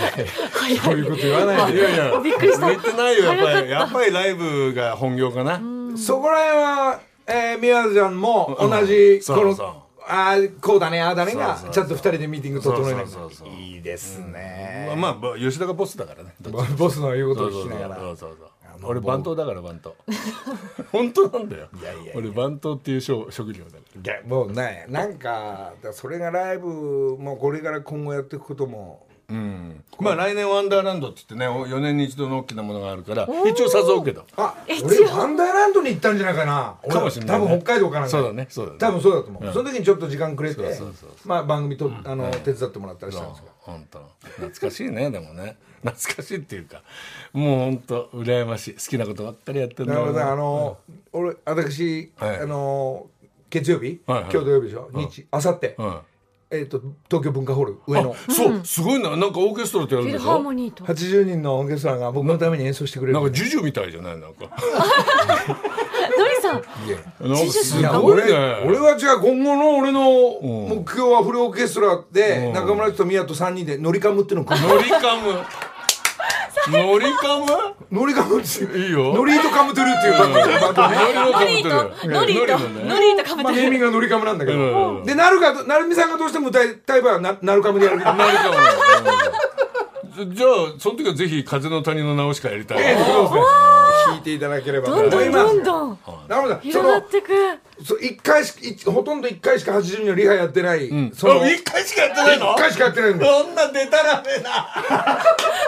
Speaker 1: そういうこと言わない
Speaker 5: い
Speaker 1: で
Speaker 5: やいや
Speaker 4: びっくりした
Speaker 5: 向いてないよやっぱりやっぱりライブが本業かな、
Speaker 1: そこら辺は、えー、宮ちゃんも同じ、
Speaker 5: そう
Speaker 1: この
Speaker 5: そ
Speaker 1: ああこうだねああだねが
Speaker 5: そうそう
Speaker 1: ちゃんと二人でミーティング整えな
Speaker 5: そうそうそうそう
Speaker 1: いいですね、
Speaker 5: まあまあ吉田がボスだからねどっちも
Speaker 1: ボスの言うこと
Speaker 5: そ
Speaker 1: を
Speaker 5: うそ
Speaker 1: 聞
Speaker 5: う
Speaker 1: き
Speaker 5: そ
Speaker 1: なが
Speaker 5: う
Speaker 1: ら
Speaker 5: そうそうそう俺番頭だから番 頭本当なんだよ俺番頭っていう職職業だから
Speaker 1: いやもうねなんかだそれがライブもこれから今後やっていくことも
Speaker 5: まあ来年ワンダーランドって言ってねお4年に一度の大きなものがあるから一応誘うけど
Speaker 1: あ俺ワンダーランドに行ったんじゃないかな俺
Speaker 5: かもしれないね
Speaker 1: 多分北海道から
Speaker 5: そうだねそうだね
Speaker 1: 多分そうだと思う、その時にちょっと時間くれて
Speaker 5: そうそう
Speaker 1: まあ番組と、あの手伝ってもらったりしたんですけど
Speaker 5: 本当懐かしいねでもね懐かしいっていうかもう本当羨ましい好きなことばっかりやってるんだ
Speaker 1: なるほ
Speaker 5: よ
Speaker 1: どあ
Speaker 5: な
Speaker 1: の、俺私、
Speaker 5: はい
Speaker 1: あの月曜日、
Speaker 5: はいはい
Speaker 1: 今日土曜日でしょ、日あさって
Speaker 5: うん
Speaker 1: えっ、と東京文化ホール上の
Speaker 5: そうすごいななんかオーケストラってやるん
Speaker 4: フィル
Speaker 5: でし
Speaker 4: ハーモ
Speaker 5: ょ
Speaker 4: ニーと。
Speaker 1: 80人のオーケストラが僕のために演奏してくれる
Speaker 5: なんかジュジュみたいじゃないなんか
Speaker 4: ドリさん、
Speaker 5: なんかす
Speaker 1: いや
Speaker 5: ごい
Speaker 1: 俺
Speaker 5: ね
Speaker 1: 俺はじゃあ今後の俺の
Speaker 5: うん
Speaker 1: 目標はフルオーケストラ
Speaker 5: う
Speaker 1: で
Speaker 5: ん
Speaker 1: 中村と宮と3人で乗りカムっていうのを組む
Speaker 5: ノリカ ムノリカム
Speaker 1: 乗りカムっていう
Speaker 5: いいよ
Speaker 1: ノリとカムトゥルーっていうバンドバンドね
Speaker 4: ノリと、ノリと、ノリとかぶ
Speaker 1: まあ
Speaker 4: っ
Speaker 1: ネー
Speaker 4: て
Speaker 1: ミン
Speaker 4: る。
Speaker 1: グは乗りカムなんだけ
Speaker 5: う
Speaker 1: ど
Speaker 5: ん
Speaker 1: でなるかなるみさんがどうしても歌いたい場合はななるカムでやるけど
Speaker 5: ノリカムうんじゃあその時はぜひ風の谷の直しかやり たい
Speaker 1: 弾いていただければ
Speaker 4: どん
Speaker 1: と
Speaker 4: ど
Speaker 1: 思い
Speaker 4: ん
Speaker 1: ま
Speaker 4: ど
Speaker 1: す
Speaker 4: んどん。
Speaker 1: なるほどそ
Speaker 4: 広が
Speaker 1: の
Speaker 4: ってく。
Speaker 1: そう一回し一ほとんど1回しか80人のリハやってない、その
Speaker 5: あ
Speaker 1: 1
Speaker 5: 一回しかやってないの
Speaker 1: 回しかやってないんだよ
Speaker 5: そんなでたらめな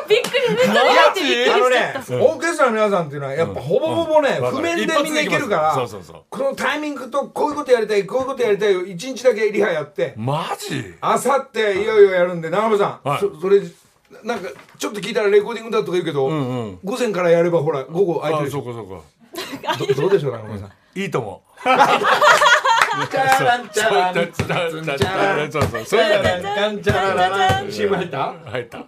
Speaker 4: びっくり、めっちゃ入ってびっくり
Speaker 1: あのね
Speaker 4: しちゃっ、
Speaker 1: オーケストラの皆さんっていうのは、やっぱほぼほぼね、
Speaker 5: うん
Speaker 1: 譜面でみんな
Speaker 5: 一発で
Speaker 1: い
Speaker 5: い
Speaker 1: け
Speaker 5: け
Speaker 1: る
Speaker 5: る
Speaker 1: か、
Speaker 5: からら
Speaker 1: こ
Speaker 5: そうそうそう
Speaker 1: のタイミングと、こういうことやりたい、こういうことやりたいを、一日だけリハやって、
Speaker 5: マジ
Speaker 1: あさっていよいよやるんで、長野さん、
Speaker 5: はい
Speaker 1: そそれ、なんか、ちょっと聞いたらレコーディングだとか言うけど、午前からやればほら、午後空いて
Speaker 5: あ
Speaker 1: るし
Speaker 5: そうかそうか
Speaker 1: どどうでしょう、長野 さん。
Speaker 5: いいとも
Speaker 1: チャランチャランチャランチャラン
Speaker 5: そうそうそれだね
Speaker 1: チャララン CM 入った
Speaker 5: 入った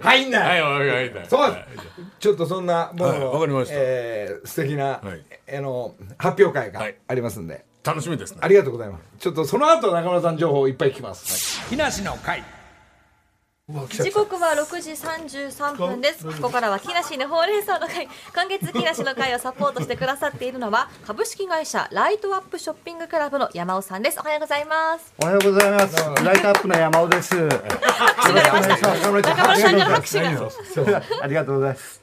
Speaker 1: 入んない
Speaker 5: はいはいはい
Speaker 1: そうです。ちょっとそんなも
Speaker 5: はい
Speaker 1: の
Speaker 5: わかりました
Speaker 1: えー素敵な、
Speaker 5: はい
Speaker 1: あの発表会が
Speaker 5: はい
Speaker 1: ありますんで、
Speaker 5: 楽しみですね
Speaker 1: ありがとうございます。ちょっとその後中村さん情報をいっぱい聞きます。
Speaker 7: 木梨の会
Speaker 4: 時刻は6時33分ですここからは木梨のほうれん草の会今月木梨の会をサポートしてくださっているのは株式会社ライトアップショッピングクラブの山尾さんですおはようございます
Speaker 8: おはようございます。ライトアップの山尾です。よろしくお願いします。
Speaker 1: 中村ちゃん
Speaker 4: 中村さんから拍手が
Speaker 8: ありがとうございます。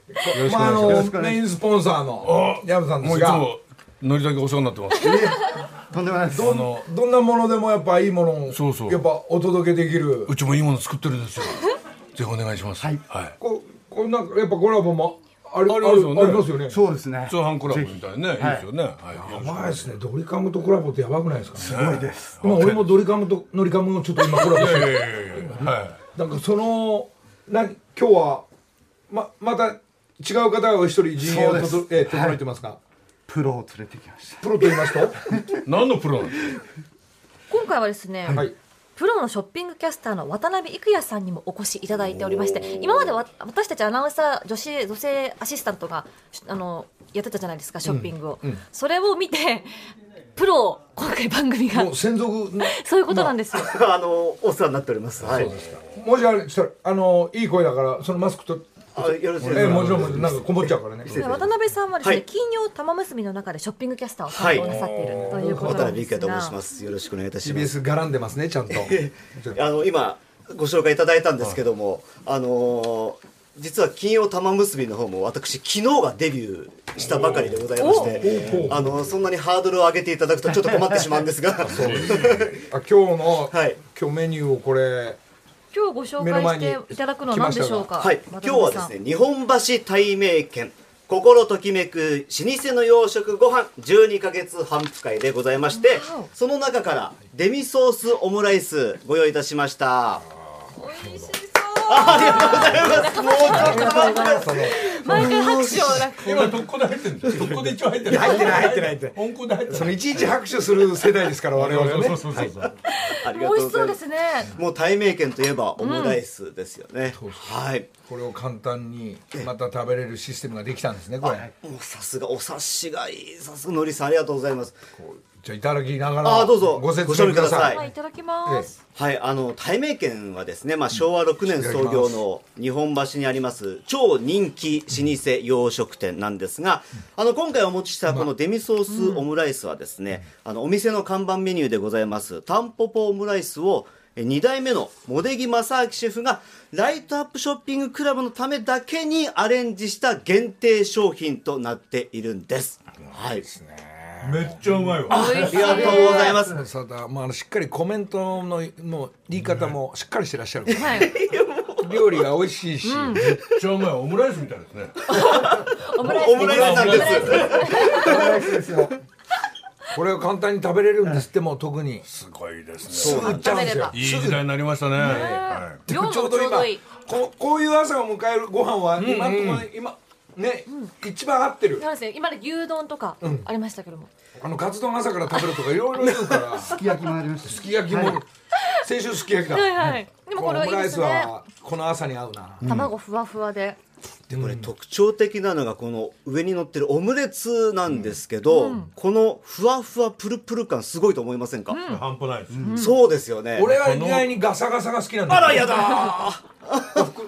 Speaker 1: まああ
Speaker 8: よろ
Speaker 1: の
Speaker 8: しくお願い
Speaker 1: メ
Speaker 8: します
Speaker 1: インスポンサーの山さんで
Speaker 5: もう
Speaker 1: す
Speaker 5: いつ
Speaker 1: が、
Speaker 5: もノリだけお世話になってます
Speaker 8: とんでもないです。
Speaker 5: あの
Speaker 1: どんなものでもやっぱいいものを
Speaker 5: そうそう
Speaker 1: やっぱお届けできる
Speaker 5: うちもいいもの作ってるんですよぜひお願いしますはい、
Speaker 1: ここんなやっぱコラボもあり
Speaker 5: あ
Speaker 1: あり
Speaker 5: りますよね
Speaker 1: ありますよね
Speaker 8: そうですね。
Speaker 5: 通販コラボみたいなねいいですよね
Speaker 1: や
Speaker 5: は
Speaker 1: ばいですねドリカムとコラボってやばくないですかね
Speaker 5: いすごいです
Speaker 1: 今俺もドリカムとノリカムをちょっと今コラボ して
Speaker 5: いや
Speaker 1: る
Speaker 5: いやいやいやは
Speaker 1: なんかそのな今日はままた違う方がお一人陣営をと
Speaker 8: そ
Speaker 1: どえー整えてますか、
Speaker 8: プロを連れてきました。
Speaker 1: プロと言いますとはい
Speaker 5: 何のプロなんですか
Speaker 4: 今回はですね、
Speaker 1: い
Speaker 4: プロのショッピングキャスターの渡辺郁也さんにもお越しいただいておりまして今までわ私たちアナウンサー女子女性アシスタントがしあのやってたじゃないですかショッピングを、それを見てプロを今回番組が
Speaker 1: もう専属の
Speaker 4: そういうことなんですよ、
Speaker 8: あのお世話になっております。はい。
Speaker 1: もしあれしたらあのいい声だからそのマスクと
Speaker 8: あよろし
Speaker 1: え
Speaker 8: くお願い
Speaker 1: ー
Speaker 8: しま
Speaker 1: も
Speaker 8: す
Speaker 1: ちろんなんかこもっちゃうからね
Speaker 8: 失礼し
Speaker 4: 渡辺さんはですね、
Speaker 8: はい
Speaker 4: 金曜玉結びの中でショッピングキャスターを担当なさっているということ
Speaker 8: 渡
Speaker 4: なんで
Speaker 8: 辺美香
Speaker 4: す
Speaker 8: と
Speaker 4: が、
Speaker 8: 申します。よろしくお願いいたします。
Speaker 1: CBS 絡んでますねちゃんと
Speaker 8: あの今ご紹介いただいたんですけども、あのー実は金曜玉結びの方も私昨日がデビューしたばかりでございまして、あのーそんなにハードルを上げていただくとちょっと困ってしまうんで すが、
Speaker 1: あ今日の、
Speaker 8: はい
Speaker 1: 今日メニューをこれ
Speaker 4: 今日ご紹介していただくのは何でしょうか
Speaker 8: はい、今
Speaker 4: 渡
Speaker 8: 日は
Speaker 4: 辺
Speaker 8: で
Speaker 4: さん
Speaker 8: すね日本橋大名軒心ときめく老舗の洋食ご飯12ヶ月反復会でございまして
Speaker 4: わお
Speaker 8: その中からデミソースオムライスご用意いたしました
Speaker 4: 美味しそう
Speaker 8: ありがとうございますもうちょっと待って
Speaker 1: その
Speaker 4: 毎回拍手をなんか
Speaker 5: 今どこで入ってんのどこで一応入ってる
Speaker 1: 入ってない入ってない入ってない
Speaker 5: 本校で入って
Speaker 1: そのいちいち拍手する世代ですから我々はね
Speaker 5: そうそうそう
Speaker 8: あり
Speaker 4: 美
Speaker 8: がとう
Speaker 4: 味し
Speaker 8: ご
Speaker 4: そ
Speaker 8: ざ
Speaker 4: う
Speaker 8: いま
Speaker 4: ですすね
Speaker 8: もう大名軒といえばオムライスですよね、はい
Speaker 1: これを簡単にまた食べれるシステムができたんですねこれ
Speaker 8: もうさすがお察しがいいさすがのりさんありがとうございます
Speaker 1: じゃあいただきなが
Speaker 8: あ
Speaker 1: ら
Speaker 8: ーどうぞ
Speaker 1: ご説明ください
Speaker 8: ご賞味くださ
Speaker 4: はいいただきます
Speaker 8: はい、あの大名軒はですね、まあ、昭和6年創業の日本橋にあります超人気老舗洋食店なんですが、あの今回お持ちしたこのデミソースオムライスはですね、あのお店の看板メニューでございますタンポポオムライスを2代目の茂出木正明シェフがライトアップショッピングクラブのためだけにアレンジした限定商品となっているんです。はい、
Speaker 5: めっちゃうまいわ
Speaker 8: ありがとうございます。
Speaker 1: さだまああのしっかりコメントのもう言い方もしっかりしてらっしゃる
Speaker 4: はい
Speaker 1: 料理が美味しいし
Speaker 5: めっちゃうまいオムライスみたいですね
Speaker 4: オムライス
Speaker 8: オムライスなんです。
Speaker 1: これを簡単に食べれるんですってもう特に
Speaker 5: すごいですね
Speaker 1: すぐ行っちゃうんですよ
Speaker 5: いい時代になりましたね。は
Speaker 1: で
Speaker 4: 量
Speaker 1: も
Speaker 4: も
Speaker 1: ち
Speaker 4: ち
Speaker 1: ょ
Speaker 4: ょ
Speaker 1: う
Speaker 4: う
Speaker 1: ど今
Speaker 4: どいい
Speaker 1: こうこういう朝を迎えるご飯は今のところ今ね、一番合ってる
Speaker 4: そうですね今まで牛丼とかありましたけども、
Speaker 1: あのカツ丼朝から食べるとかいろいろ言うからす
Speaker 8: すき焼きもありました。
Speaker 1: き焼きも、先週すき焼きだ、
Speaker 4: はいはいでもこれはいい
Speaker 1: オムラ
Speaker 4: で
Speaker 1: イス
Speaker 4: すね
Speaker 1: はこの朝に合うな、
Speaker 4: 卵ふわふわで、
Speaker 8: これ特徴的なのがこの上に乗ってるオムレツなんですけど、このふわふわプルプル感すごいと思いませんか、
Speaker 5: い。半端ないです。
Speaker 8: そうですよね
Speaker 1: 俺は意外にガサガサが好きなんだあらやだ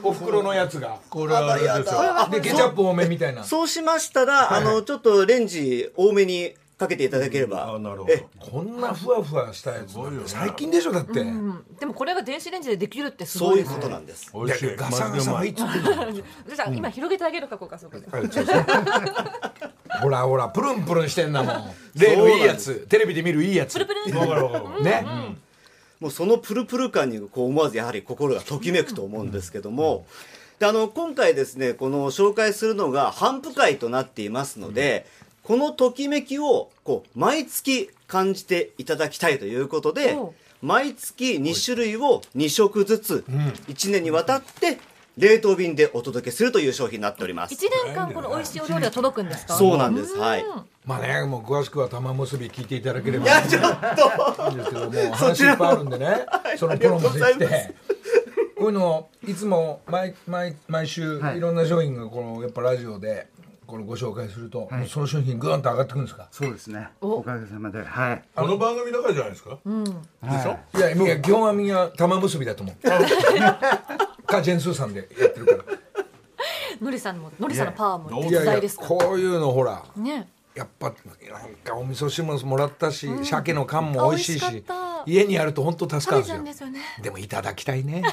Speaker 1: おふくろのやつが
Speaker 5: これはあれですよ。
Speaker 1: でケチャップ多めみたいな
Speaker 8: そうしましたら、あのちょっとレンジ多めにかけていただければ、
Speaker 5: あ、なるほ
Speaker 8: え
Speaker 5: ど。
Speaker 1: こんなふわふわしたやつ
Speaker 5: すごいよね
Speaker 1: 最近でしょだって、
Speaker 4: うん、でもこれが電子レンジでできるってす
Speaker 8: そ
Speaker 4: ご
Speaker 8: う
Speaker 4: い
Speaker 8: いう
Speaker 4: です
Speaker 8: こ
Speaker 4: ね
Speaker 8: となんです、
Speaker 5: 美味しい。
Speaker 1: ガサガサはいつ
Speaker 4: じゃあ今広げてあげるかこうかそこで、
Speaker 1: ほらほらプルンプルンしてんだもん例のいいやつテレビで見るいいやつ
Speaker 4: プルプルン
Speaker 5: マジでうまいわかるわかるわかる
Speaker 1: ね、
Speaker 8: もうそのプルプル感にこう思わずやはり心がときめくと思うんですけども、であの今回ですねこの紹介するのが反復会となっていますので、このときめきをこう毎月感じていただきたいということで
Speaker 4: おう
Speaker 8: 毎月2種類を2食ずつ1年にわたって冷凍便でお届けするという商品になっております。
Speaker 4: 一年間この美味しいお料理が届くんですか
Speaker 8: そうなんです、はい、
Speaker 1: まあね、もう詳しくは玉結び聞いていただければ
Speaker 8: いやちょっと
Speaker 1: いいんですけどもう話いっぱいあるんでねそのプロもでき
Speaker 8: ありがとうござい
Speaker 1: てこういうのをいつも毎毎毎週いろんな商品がこのやっぱラジオでこのご紹介すると、もうその商品グーンと上がってくるんですか
Speaker 7: そうですね。
Speaker 4: お
Speaker 7: おかげさまで、はい。
Speaker 5: この番組だからじゃないですか。
Speaker 1: いやいや基本はみんな玉結びだと思うかジェンスーさんでやってるから
Speaker 4: のりさんものりさんのパワーも
Speaker 1: い
Speaker 4: 実
Speaker 1: や
Speaker 4: 在
Speaker 1: い
Speaker 4: で
Speaker 1: や
Speaker 4: すから
Speaker 1: こういうのほら
Speaker 4: ね
Speaker 1: やっぱなんかお味噌汁ももらったし、鮭の缶も美味しいし
Speaker 4: あ美味しかった
Speaker 1: 家にあると本当助
Speaker 4: 食
Speaker 1: かる
Speaker 4: べちゃうんん
Speaker 1: で
Speaker 4: ですすよね
Speaker 1: よでもいただきたいね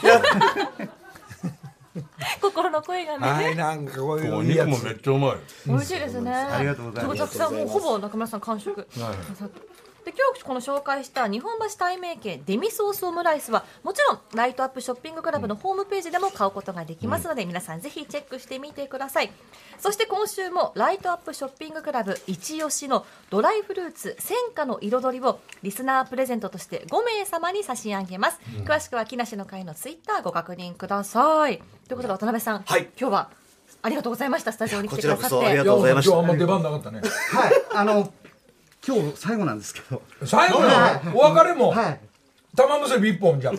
Speaker 4: 心の声がね、
Speaker 1: はいなんかこういう
Speaker 5: お
Speaker 1: いいや
Speaker 5: 肉も
Speaker 1: つ
Speaker 5: めっちゃうまい。
Speaker 4: 美味しいですね。あ
Speaker 7: りがとうございます
Speaker 4: たくさんもうほぼ中村さん完食。で今日この紹介した日本橋対名軒デミソースオムライスはもちろんライトアップショッピングクラブのホームページでも買うことができますので、皆さんぜひチェックしてみてくださいそして今週もライトアップショッピングクラブ一押しのドライフルーツ戦果の彩りをリスナープレゼントとして5名様に差し上げます、詳しくは木梨の会のツイッターご確認くださいということで渡辺さん、
Speaker 8: はい
Speaker 4: 今日はありがとうございましたスタジオに来てくだ
Speaker 8: こち
Speaker 4: さ
Speaker 8: ら
Speaker 4: っ
Speaker 8: こそあり
Speaker 4: て
Speaker 8: がとうございました
Speaker 1: やもう今日あんま出番なかったね。
Speaker 7: はい、あの、今日最後なんですけど。
Speaker 1: 最後のお別れも、
Speaker 7: はい。
Speaker 1: 玉結び一本じゃん。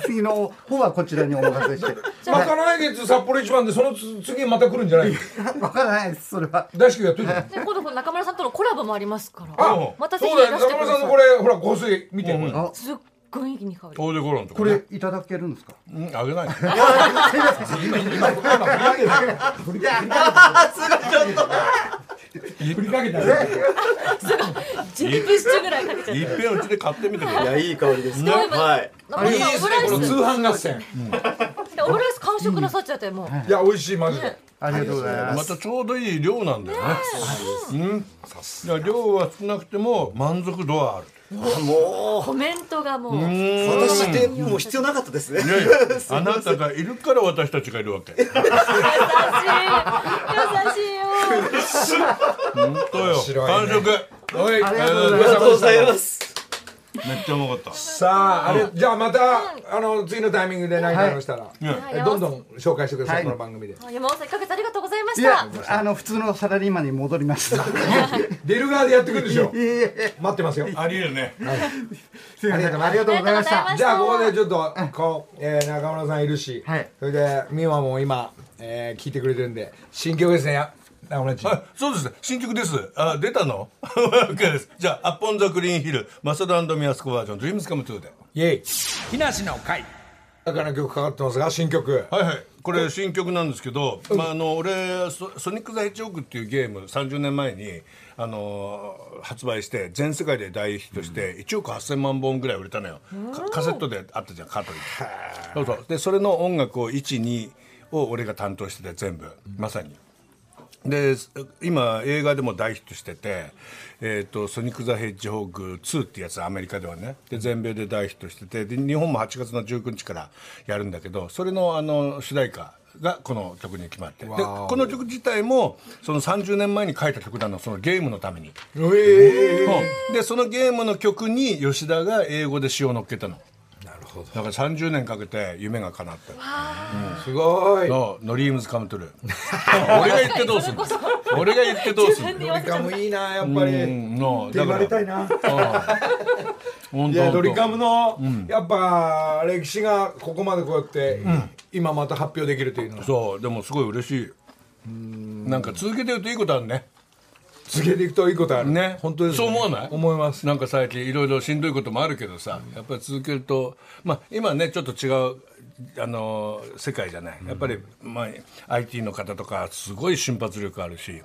Speaker 7: 次の方はこちらにお任せして。
Speaker 1: また来月札幌一番で、そのつ次また来るんじゃないの
Speaker 7: わからないです、それは。
Speaker 1: 大至急やっといて。あ、
Speaker 4: で今度この中村さんとのコラボもありますからまたぜひ
Speaker 1: そ
Speaker 4: いうら
Speaker 1: だよ。
Speaker 4: して
Speaker 1: 中
Speaker 4: くださ
Speaker 1: 村さ
Speaker 4: い
Speaker 1: んのこれ、ほら、香水見て。
Speaker 5: うん
Speaker 1: こ
Speaker 7: あ、
Speaker 4: すっごいいい匂い香り
Speaker 5: オーデコロンとか
Speaker 7: こ
Speaker 5: ね
Speaker 7: れいただけるんですか。
Speaker 5: うんあげない
Speaker 1: れかけたね。
Speaker 4: 10分中ぐらいかけちゃっ
Speaker 5: いっぺんうちで買ってみてく
Speaker 8: い
Speaker 5: れ
Speaker 8: や、いい香りですね。
Speaker 4: ごい
Speaker 8: はい。
Speaker 4: た中村
Speaker 1: い
Speaker 4: さんオムラ
Speaker 1: いですね
Speaker 4: イ、
Speaker 1: この
Speaker 4: ス
Speaker 1: 通販合戦。
Speaker 4: でオムライス完食なさっちゃってもう
Speaker 1: いや、美味しい、マジで。
Speaker 7: ありがとうございます。
Speaker 5: またちょうどいい量なんだよねうんいや量は少なくても満足度はある
Speaker 8: も
Speaker 4: コメントがもう
Speaker 8: う、私ってもう必要なかったですね。
Speaker 5: いやいやあなたがいるから私たちがいるわけ
Speaker 4: 優しい優しいよ
Speaker 5: 本当よ
Speaker 1: 面白い
Speaker 5: 完
Speaker 1: ね
Speaker 5: 食
Speaker 1: はい。
Speaker 7: ありがとうございます
Speaker 8: ありがとうございます。
Speaker 5: めっちゃうまかった
Speaker 1: さあ、あれ、じゃあまた、あの、次のタイミングで何かありましたら、
Speaker 5: ね
Speaker 1: えどんどん紹介してくださ、
Speaker 7: はいい
Speaker 1: この番組で。
Speaker 4: 山本さん1ヶ月ありがとうございまし
Speaker 7: い
Speaker 4: た
Speaker 7: や、あの普通のサラリーマンに戻りま した。
Speaker 1: 出る側でやってくるんでしょ
Speaker 7: い。えいえ
Speaker 1: 待ってますよ。
Speaker 5: ありえるね
Speaker 7: すいませんありがとうございました。
Speaker 4: ありがとうございまし
Speaker 1: じゃあここでちょっとこう、えー中村さんいるし、
Speaker 7: はい
Speaker 1: それで美和も今、えー聞いてくれてるんで新曲ですねや中村ち
Speaker 5: あそうですね新曲ですあ出たの OK ですじゃあ「アッポン・ザ・クリーン・ヒル」マサダミアスコバージョン「ドリームスカムトゥーで
Speaker 1: イエイ木梨の会中の曲かかってますが新曲
Speaker 5: はいはいこれ新曲なんですけど、まあ、あの俺ソ「ソニック・ザ・ヘッジホーク」っていうゲーム30年前にあのー発売して全世界で大ヒットして1億8000万本ぐらい売れたのよ、かカセットであったじゃんカートリッジそうそうでそれの音楽を12を俺が担当してて全部、まさに。で今映画でも大ヒットしてて「えー、とソニック・ザ・ヘッジホーク2」ってやつアメリカではねで全米で大ヒットしててで日本も8月の19日からやるんだけどそれのあの主題歌がこの曲に決まってでこの曲自体もその30年前に書いた曲なのそのゲームのために、うんでそのゲームの曲に吉田が英語で詩を乗っけたのなるほどだから30年かけて夢が叶った
Speaker 1: すごい
Speaker 5: のノリームズカムトゥルー 俺が言ってどうするの俺が言ってどうするの
Speaker 1: ドリカムいいなやっぱりって
Speaker 5: うんの
Speaker 1: 言われたいな
Speaker 5: 本
Speaker 1: いやドリカムの、やっぱ歴史がここまでこうやって、今また発表できるというのは
Speaker 5: そうでもすごい嬉しいなんか続けてるといいことあるね
Speaker 1: 続けていくといいことある
Speaker 5: ね
Speaker 1: 本当です、ね、
Speaker 5: そう思わない
Speaker 1: 思います
Speaker 5: なんか最近いろいろしんどいこともあるけどさやっぱり続けるとまあ今ねちょっと違うあのー世界じゃないやっぱり、まあ、IT の方とかすごい瞬発力あるし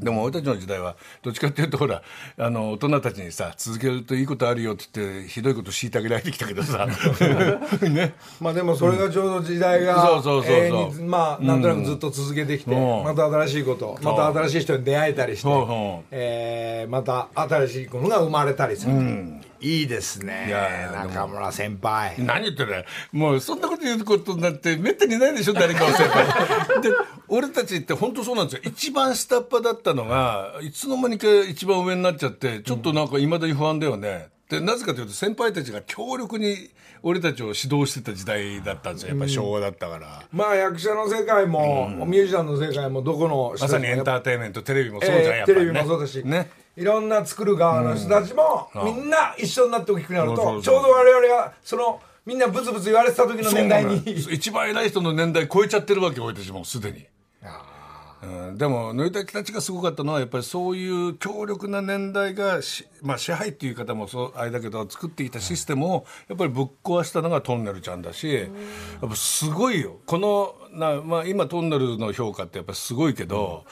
Speaker 5: でも俺たちの時代はどっちかっていうとほらあの大人たちにさ続けるといいことあるよって言ってひどいこと虐げられてきたけどさ ね
Speaker 1: まあでもそれがちょうど時代
Speaker 5: う
Speaker 1: が
Speaker 5: んそうそうそうそう
Speaker 1: 永遠にまあなんとなくずっと続けてきて、
Speaker 5: うん
Speaker 1: また新しいことまた新しい人に出会えたりして、
Speaker 5: そうそう
Speaker 1: えーまた新しいものが生まれたりする、いいですね
Speaker 5: いやいやでも
Speaker 1: 中村先輩
Speaker 5: 何言ってるもうそんなこと言うことなんてめったにないでしょ誰かを先輩 で俺たちって本当そうなんですよ一番下っ端だったのがいつの間にか一番上になっちゃってちょっとなんかいまだに不安だよね、でなぜかというと先輩たちが強力に俺たちを指導してた時代だったんですよやっぱり昭和だったから、
Speaker 1: まあ役者の世界も、ミュージシャンの世界もどこの人
Speaker 5: ま
Speaker 1: たちも
Speaker 5: さにエンターテインメントテレビもそうじゃん、
Speaker 1: えー
Speaker 5: やっぱ
Speaker 1: テ
Speaker 5: り、
Speaker 1: レ
Speaker 5: ね、
Speaker 1: ビもそうだし、
Speaker 5: ね
Speaker 1: いろんな作る側の人たちも、みんな一緒になって大きくなると、
Speaker 5: そうそうそう
Speaker 1: ちょうど我々がそのみんなブツブツ言われてた時の年代に
Speaker 5: そうなの一番偉い人の年代超えちゃってるわけ俺たちもうすでにうん、でもノイタキたちがすごかったのはやっぱりそういう強力な年代がし、まあ、支配っていう言い方もそうあれだけど作ってきたシステムをやっぱりぶっ壊したのがトンネルちゃんだしやっぱすごいよこのな、まあ、今トンネルの評価ってやっぱすごいけど、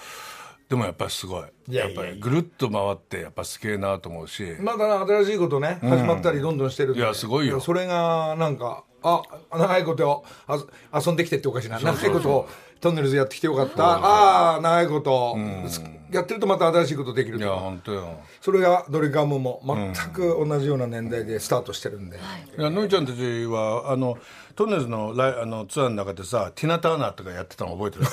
Speaker 5: でもやっぱりすごいやっぱりぐるっと回ってやっぱすげえなと思うし、
Speaker 1: まだ新しいことね、始まったりどんどんしてるんで
Speaker 5: いやすごいよ
Speaker 1: それがなんかあ、長いことをあず遊んできてっておかしいな。長いことをトンネルズやってきてよかった。ああ、長いこと、すやってるとまた新しいことできる
Speaker 5: い
Speaker 1: と
Speaker 5: や
Speaker 1: か
Speaker 5: 本当よ
Speaker 1: それがドリカムも全く同じような年代でスタートしてるんで。
Speaker 5: いやのりちゃんたちはあのトンネルズのライあのツアーの中でさティナ・ターナーとかやってたの覚えてる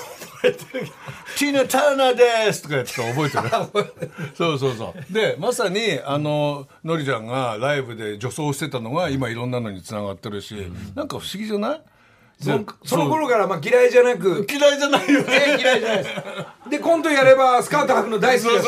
Speaker 5: ティナ・ターナーですとかやってたの 覚えてるそうそうそうでまさにあののりちゃんがライブで女装してたのが今いろんなのにつながってるし、なんか不思議じゃない
Speaker 1: そ
Speaker 5: で
Speaker 1: のその頃からまあ嫌いじゃなく、
Speaker 5: 嫌いじゃないよね
Speaker 1: え嫌いじゃないです。で、コントやればスカート履くの大好 きだし。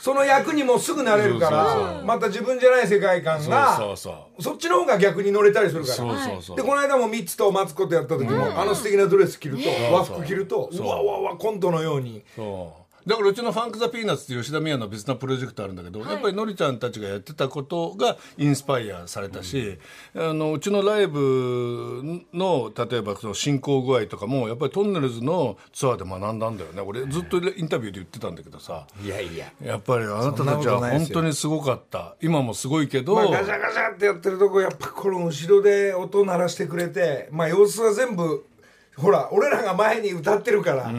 Speaker 1: その役にもすぐなれるから、また自分じゃない世界観が、
Speaker 5: そうそ
Speaker 1: そっちの方が逆に乗れたりするから。
Speaker 5: そうそうそう
Speaker 1: で、この間もミッツとマツコとやった時も、あの素敵なドレス着ると、和服着ると、うわうわうわ、コントのように。
Speaker 5: そうだからうちのファンク・ザ・ピーナッツって吉田美也の別なプロジェクトあるんだけど、やっぱりのりちゃんたちがやってたことがインスパイアされたし、あのうちのライブの例えばその進行具合とかもやっぱりトンネルズのツアーで学んだんだよね俺ずっとインタビューで言ってたんだけどさ
Speaker 1: いやいや。
Speaker 5: やっぱりあなたたちは本当にすごかった今もすごいけど、
Speaker 1: まあ、ガシャガシャってやってるとこやっぱこの後ろで音鳴らしてくれてまあ様子は全部ほら俺らが前に歌ってるから、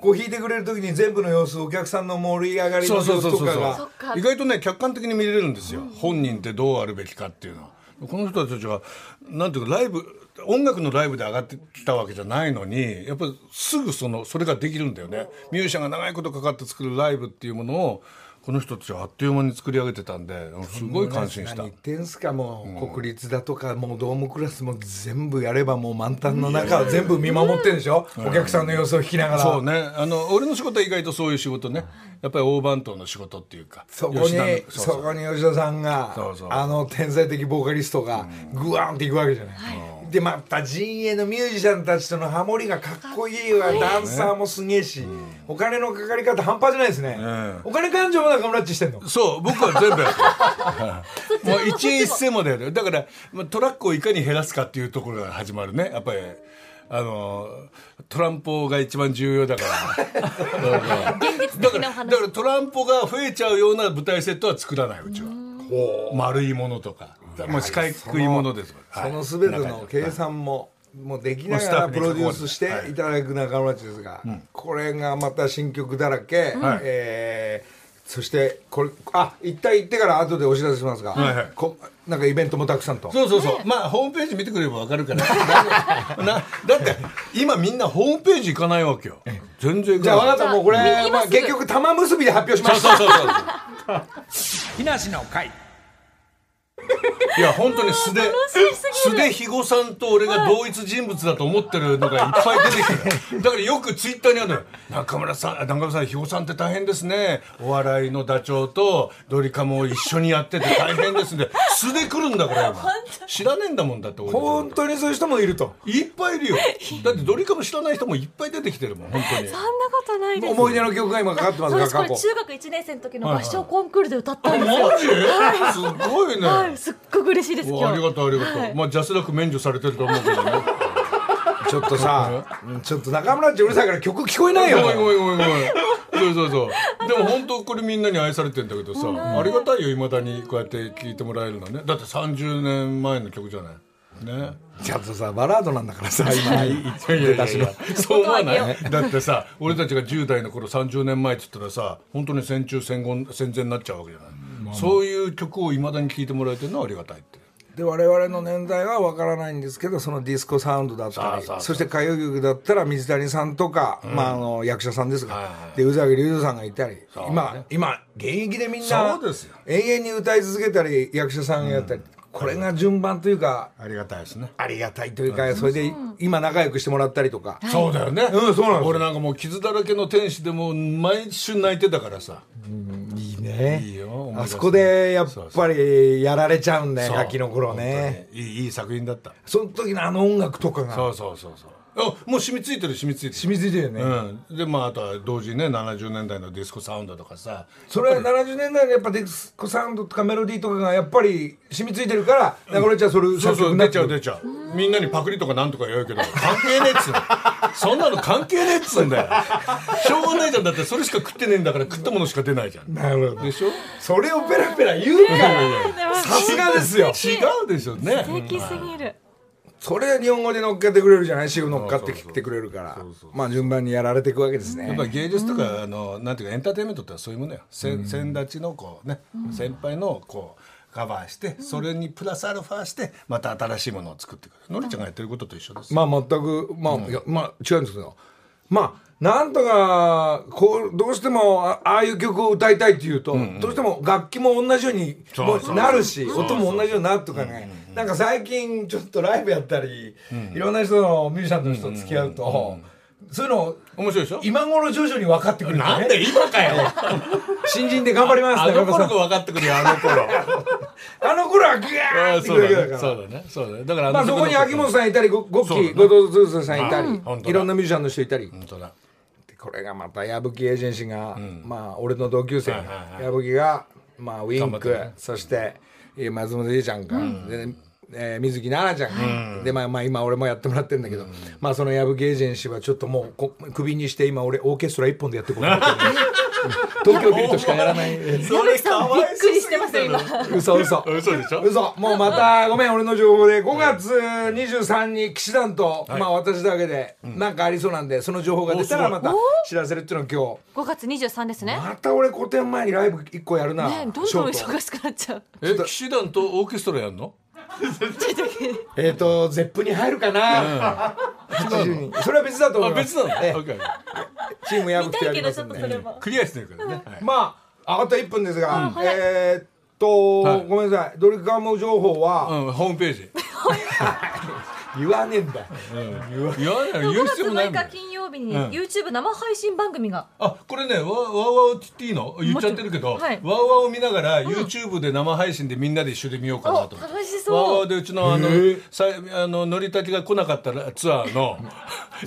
Speaker 1: こう弾いてくれる時に全部の様子お客さんの盛り上がりの
Speaker 5: そ
Speaker 1: 様
Speaker 5: うそう
Speaker 1: 子
Speaker 5: そうそ
Speaker 1: と
Speaker 5: う
Speaker 1: かが
Speaker 5: 意外とね客観的に見れるんですよ、本人ってどうあるべきかっていうのはこの人たちはなんていうかライブ音楽のライブで上がってきたわけじゃないのにやっぱりすぐそのそれができるんだよねミュージシャンが長いことかかって作るライブっていうものをこの人たちはあっという間に作り上げてたんですごい感心した
Speaker 1: 何言ってんすかもう、国立だとかもうドームクラスも全部やればもう満タンの中全部見守ってるでしょ、お客さんの様子を弾きながら、
Speaker 5: そうねあの俺の仕事は意外とそういう仕事ねやっぱり大番頭の仕事っていうか
Speaker 1: そこに
Speaker 5: 吉田の
Speaker 1: そ
Speaker 5: そうそう
Speaker 1: こに吉田さんが
Speaker 5: そうそう
Speaker 1: あの天才的ボーカリストがグワーンっていくわけじゃない、でまた陣営のミュージシャンたちとのハモリがかっこいいわダンサーもすげえし、お金のかかり方半端じゃないですね、お金勘定も中村っちしてんの
Speaker 5: そう、僕は全部やってるはい。もう一円一銭までやる。だから、まあトラックをいかに減らすかっていうところが始まるね。やっぱり、あの、トランポが一番重要だから。
Speaker 4: 現実
Speaker 5: だか
Speaker 4: 的なお
Speaker 5: ら、
Speaker 4: 話
Speaker 5: だからトランポが増えちゃうような舞台セットは作らないうちは。丸いものとか。もう四角いものですから。
Speaker 1: そ
Speaker 5: はい
Speaker 1: の全ての計算ももうできなが
Speaker 5: まあスタ
Speaker 1: ら
Speaker 5: ッフ
Speaker 1: プ
Speaker 5: に
Speaker 1: ロデュースしていただく中村っちですが、これがまた新曲だらけ、
Speaker 5: はい
Speaker 1: えーそしてこれあ一旦言ってから後でお知らせしますが、
Speaker 5: はいはい
Speaker 1: こなんかイベントもたくさんと。
Speaker 5: そうそうそう、まあホームページ見てくれればわかるから なだって今みんなホームページ行かないわけよ全然行
Speaker 1: じ
Speaker 5: か
Speaker 1: ゃ
Speaker 5: な
Speaker 1: あ
Speaker 5: い
Speaker 1: 分かったもうこれ
Speaker 4: じゃあみ、今
Speaker 1: ますあ、
Speaker 4: ぐ
Speaker 1: 結局玉結びで発表しました
Speaker 5: そうそうそうそう
Speaker 1: 木梨の会
Speaker 5: いや本当に素で素で肥後さんと俺が同一人物だと思ってるのがいっぱい出てきてだからよくツイッターにあるのよ中村さんあ中村さん肥後さんって大変ですねお笑いのダチョウとドリカムを一緒にやってて大変ですね素で来るんだから今知らねえんだもんだって俺
Speaker 1: 本当にそういう人もいると
Speaker 5: いっぱいいるよだってドリカム知らない人もいっぱい出てきてるもん本当に
Speaker 4: そんなことないです
Speaker 1: 思い出の曲が今かかってますが
Speaker 4: 私こ
Speaker 1: 過
Speaker 4: れ
Speaker 1: 去
Speaker 4: 中学1年生の時の合唱コンクールで歌ったんですよ、
Speaker 5: マジすごいね、
Speaker 4: はい、すっごく嬉しいです
Speaker 5: う
Speaker 4: 今
Speaker 5: わあり
Speaker 4: 日
Speaker 5: がとうありがとう、まあジャスラック免除されてると思うけど ね
Speaker 1: ちょっとさうんちょっと中村っちうるさいから曲聞こえないよ
Speaker 5: ごめんごめんごめんごめんそうそう そうでも本当これみんなに愛されてんだけどさありがたいよいまだにこうやって聴いてもらえるのねだって30年前の曲じゃないね
Speaker 1: ちょっとさバラードなんだからさ今出たしの
Speaker 5: そう思わないだってさ俺たちが10代の頃30年前って言ったらさ本当に戦中戦後戦前になっちゃうわけじゃない、そういう曲をいまだに聴いてもらえてるのはありがたいって
Speaker 1: で我々の年代は分からないんですけどそのディスコサウンドだった
Speaker 5: さあ
Speaker 1: り
Speaker 5: さあ
Speaker 1: そして歌謡曲だったら水谷さんとか、まあ、あの役者さんですが、で宇崎竜童さんがいたり、今今現役でみんな
Speaker 5: そうですよ
Speaker 1: 永遠に歌い続けたり役者さんやったり、これが順番というか
Speaker 5: ありがたいですね
Speaker 1: ありがたいというか、それで今仲良くしてもらったりとか、
Speaker 5: そうだよね、
Speaker 1: うんそうなんですよ
Speaker 5: 俺なんかもう傷だらけの天使でもう毎週泣いてたからさ
Speaker 1: いいね
Speaker 5: いいよ思い出すね
Speaker 1: あそこでやっぱりやられちゃうんだよ
Speaker 5: そう
Speaker 1: ガキの頃ね
Speaker 5: 本当にいいいい作品だった
Speaker 1: その時のあの音楽とか
Speaker 5: そ
Speaker 1: が
Speaker 5: うそうそうそうあもう染みついてる染みついてる
Speaker 1: 染みついてるよね、
Speaker 5: うん、でまああとは同時にね70年代のディスコサウンドとかさ
Speaker 1: それは70年代のやっぱディスコサウンドとかメロディーとかがやっぱり染みついてるから流れちゃうそれ
Speaker 5: そう
Speaker 1: 作曲
Speaker 5: そ
Speaker 1: に
Speaker 5: う
Speaker 1: な
Speaker 5: 出
Speaker 1: っ
Speaker 5: ち
Speaker 1: て
Speaker 5: ゃ
Speaker 1: く
Speaker 5: う
Speaker 1: る
Speaker 5: 出ちゃうみんなにパクリとかなんとか言うけど関係ねえっつうのそんなの関係ねえっつうんだよしょうがないじゃんだってそれしか食ってねえんだから食ったものしか出ないじゃん
Speaker 1: なるほど
Speaker 5: でしょ
Speaker 1: それをペラペラ言うからさすがですよ
Speaker 5: 違うでしょね
Speaker 4: 素敵すぎる
Speaker 1: それ日本語で乗っけてくれるじゃない塩乗っかってきてくれるからまあ順番にやられていくわけです
Speaker 5: やっ
Speaker 1: ね
Speaker 5: ぱり芸術とか、あのなんていうかエンターテインメントってそういうものよ、せ先立ちのこうね、先輩のこうカバーして、それにプラスアルファしてまた新しいものを作ってくるのりちゃんがやってることと一緒です、
Speaker 1: まあ全くまあ、いやまあ違うんですけどまあなんとかこうどうしてもあああいう曲を歌いたいっていうと、どうしても楽器も同じように
Speaker 5: そう
Speaker 1: もう
Speaker 5: そう
Speaker 1: なるし音も同じようになるとかね、なんか最近ちょっとライブやったり、いろんな人のミュージシャンの人と付き合うと、そういうの
Speaker 5: 面白いでしょ
Speaker 1: 今頃徐々に分かってくる
Speaker 5: なんで今かよ
Speaker 1: 新人で頑張ります
Speaker 5: あの頃
Speaker 1: 中
Speaker 5: が
Speaker 1: 岡さん
Speaker 5: 分かってくるよあ の頃
Speaker 1: あの頃はグワー
Speaker 5: あ
Speaker 1: っ
Speaker 5: ー
Speaker 1: て
Speaker 5: そう
Speaker 1: くるわ
Speaker 5: だ
Speaker 1: け
Speaker 5: ね
Speaker 1: だ
Speaker 5: そ
Speaker 1: から。
Speaker 5: うだねそうだねだから
Speaker 1: まあそこに秋元さんいたり、ごごっ
Speaker 5: そうだ
Speaker 1: き、
Speaker 5: ね
Speaker 1: 後藤剛さんいたり
Speaker 5: 本当、だ
Speaker 1: いろんなミュージシャンの人いたり。
Speaker 5: 本当だ
Speaker 1: でこれがまた矢吹エージェンシーが、まあ俺の同級生、
Speaker 5: はいはいはい
Speaker 1: 矢吹が、まあ、ウィ
Speaker 5: 頑
Speaker 1: ン
Speaker 5: 張っ
Speaker 1: ク、
Speaker 5: てね
Speaker 1: そしてえー松本伊ちゃんが、でえー水木奈々ちゃんが、でまあ、まあ、今俺もやってもらってるんだけど、まあその矢吹エージェンシーはちょっともうこクビにして今俺オーケストラ一本でやってこうと思 ってる東京ビルトしかやらない
Speaker 5: それか
Speaker 4: びっくりしてますよ今
Speaker 1: 嘘 嘘
Speaker 5: 嘘でしょ
Speaker 1: 嘘もうまたごめん俺の情報で5月23日に騎士団と、まあ私だけでなんかありそうなんでその情報が出たらまた知らせるっていうのを
Speaker 4: 5月23ですね
Speaker 1: 今日また俺個展前にライブ1個やるな、
Speaker 4: ねどんどん
Speaker 1: ショート
Speaker 4: 忙しくなっちゃう
Speaker 5: え騎士団とオーケストラやんの
Speaker 1: えっ、とゼップに入るかな、80人それは別だと思
Speaker 5: あ
Speaker 1: いま
Speaker 5: 別
Speaker 1: す
Speaker 5: なの、
Speaker 1: ええ
Speaker 5: OK
Speaker 1: チームやぶ
Speaker 4: 見
Speaker 1: って
Speaker 4: た
Speaker 1: や
Speaker 4: いけ
Speaker 1: り
Speaker 4: ど
Speaker 1: ま
Speaker 4: ち
Speaker 1: す
Speaker 4: ょっ
Speaker 1: ん
Speaker 4: と
Speaker 1: で
Speaker 4: それも
Speaker 5: クリアしてるからね、はい
Speaker 1: まああと1分ですが、
Speaker 4: 早い
Speaker 1: えーっと、
Speaker 5: はい
Speaker 1: ごめんなさいドリカム情報は
Speaker 5: うん、ホームページ、
Speaker 1: 言わねえんだ
Speaker 5: いやいや言
Speaker 4: 5
Speaker 5: う必
Speaker 4: 月
Speaker 5: 要もない
Speaker 4: 6
Speaker 5: もん
Speaker 4: 日金曜日に
Speaker 5: うん
Speaker 4: YouTube 生配信番組が
Speaker 5: あこれねわわわをって言っていいの言っちゃってるけど、
Speaker 4: もちろんはい
Speaker 5: わわを見ながら、YouTube で生配信でみんなで一緒で見ようかなと
Speaker 4: お
Speaker 5: 思って
Speaker 4: 楽し
Speaker 5: わーわ
Speaker 4: そ
Speaker 5: ー
Speaker 4: う
Speaker 5: でうちのあのさいあの乗りたけが来なかったらツアーの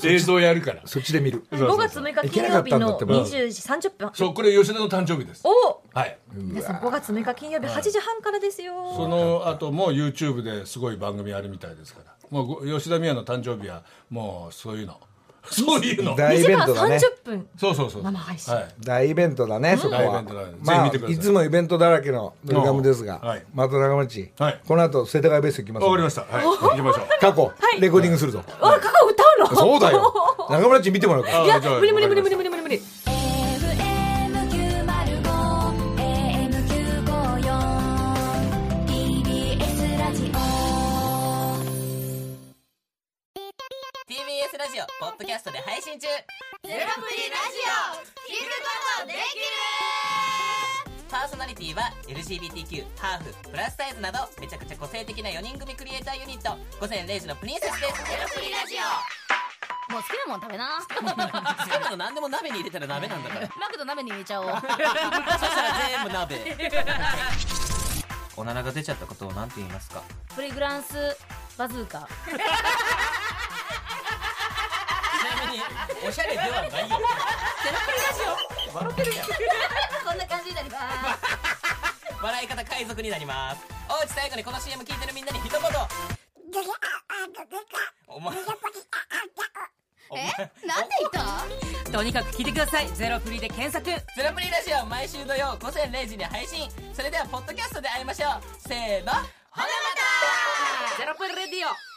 Speaker 5: 映像やるから
Speaker 1: そっちで見る
Speaker 4: 5月6日金曜日の20時30分
Speaker 5: そうこれ吉田の誕生日です
Speaker 4: お
Speaker 5: はい
Speaker 4: 皆さん5月6日金曜日8時半からですよ
Speaker 5: その後も YouTube ですごい番組あるみたいですからもうご吉田美和の誕生日はもうそういうの そういうの
Speaker 1: 大
Speaker 4: 2
Speaker 1: イ
Speaker 4: 時
Speaker 1: ベン
Speaker 4: 間
Speaker 1: トだね
Speaker 4: 30分
Speaker 5: そうそうそう
Speaker 4: 生配信
Speaker 5: はい、
Speaker 1: 大イベントだね、そこ
Speaker 5: 大イベ
Speaker 1: は
Speaker 5: ントだねぜひ
Speaker 1: まあ
Speaker 5: 見てください
Speaker 1: いつもイベントだらけのドリカムですが、
Speaker 5: うんはい
Speaker 1: また長町、
Speaker 5: はい
Speaker 1: この後世田谷ベース行きます
Speaker 5: わかりましたはい行きましょう
Speaker 1: 過去、レコーディングするぞ、
Speaker 4: あ過去歌うの
Speaker 1: そうだ よ中村っち見てもらうから
Speaker 4: いや
Speaker 5: あじゃあ
Speaker 4: 無理無理無理無理無理無理無理
Speaker 9: TBS ラジオポッドキャストで配信中ゼロプリラジオ聞くことできるパーソナリティは LGBTQ ハーフプラスサイズなどめちゃくちゃ個性的な4人組クリエイターユニット午前0時のプリンセスですゼロプリラジ
Speaker 10: もう好きなもん食べな。
Speaker 9: オ好きなの何でも鍋に入れたら鍋なんだか
Speaker 10: マ
Speaker 9: ら
Speaker 10: クド鍋に入れちゃおう。
Speaker 9: そしたら全部鍋おならが出ちゃったことを何て言いますか
Speaker 10: プリグランスバズーカ。
Speaker 9: ちなみにおしゃれではないよゼロプリラジオ笑ってるやん
Speaker 10: こんな感じになります。
Speaker 9: 笑い方海賊になりますおうち最後にこの CM 聞いてるみんなに一言お前お前
Speaker 10: なんで言った？とにかく聞いてください。ゼロプリで検索。
Speaker 9: ゼロプリラジオ毎週土曜午前0時に配信それではポッドキャストで会いましょうせーのほなまた
Speaker 10: ゼロプリレディオ。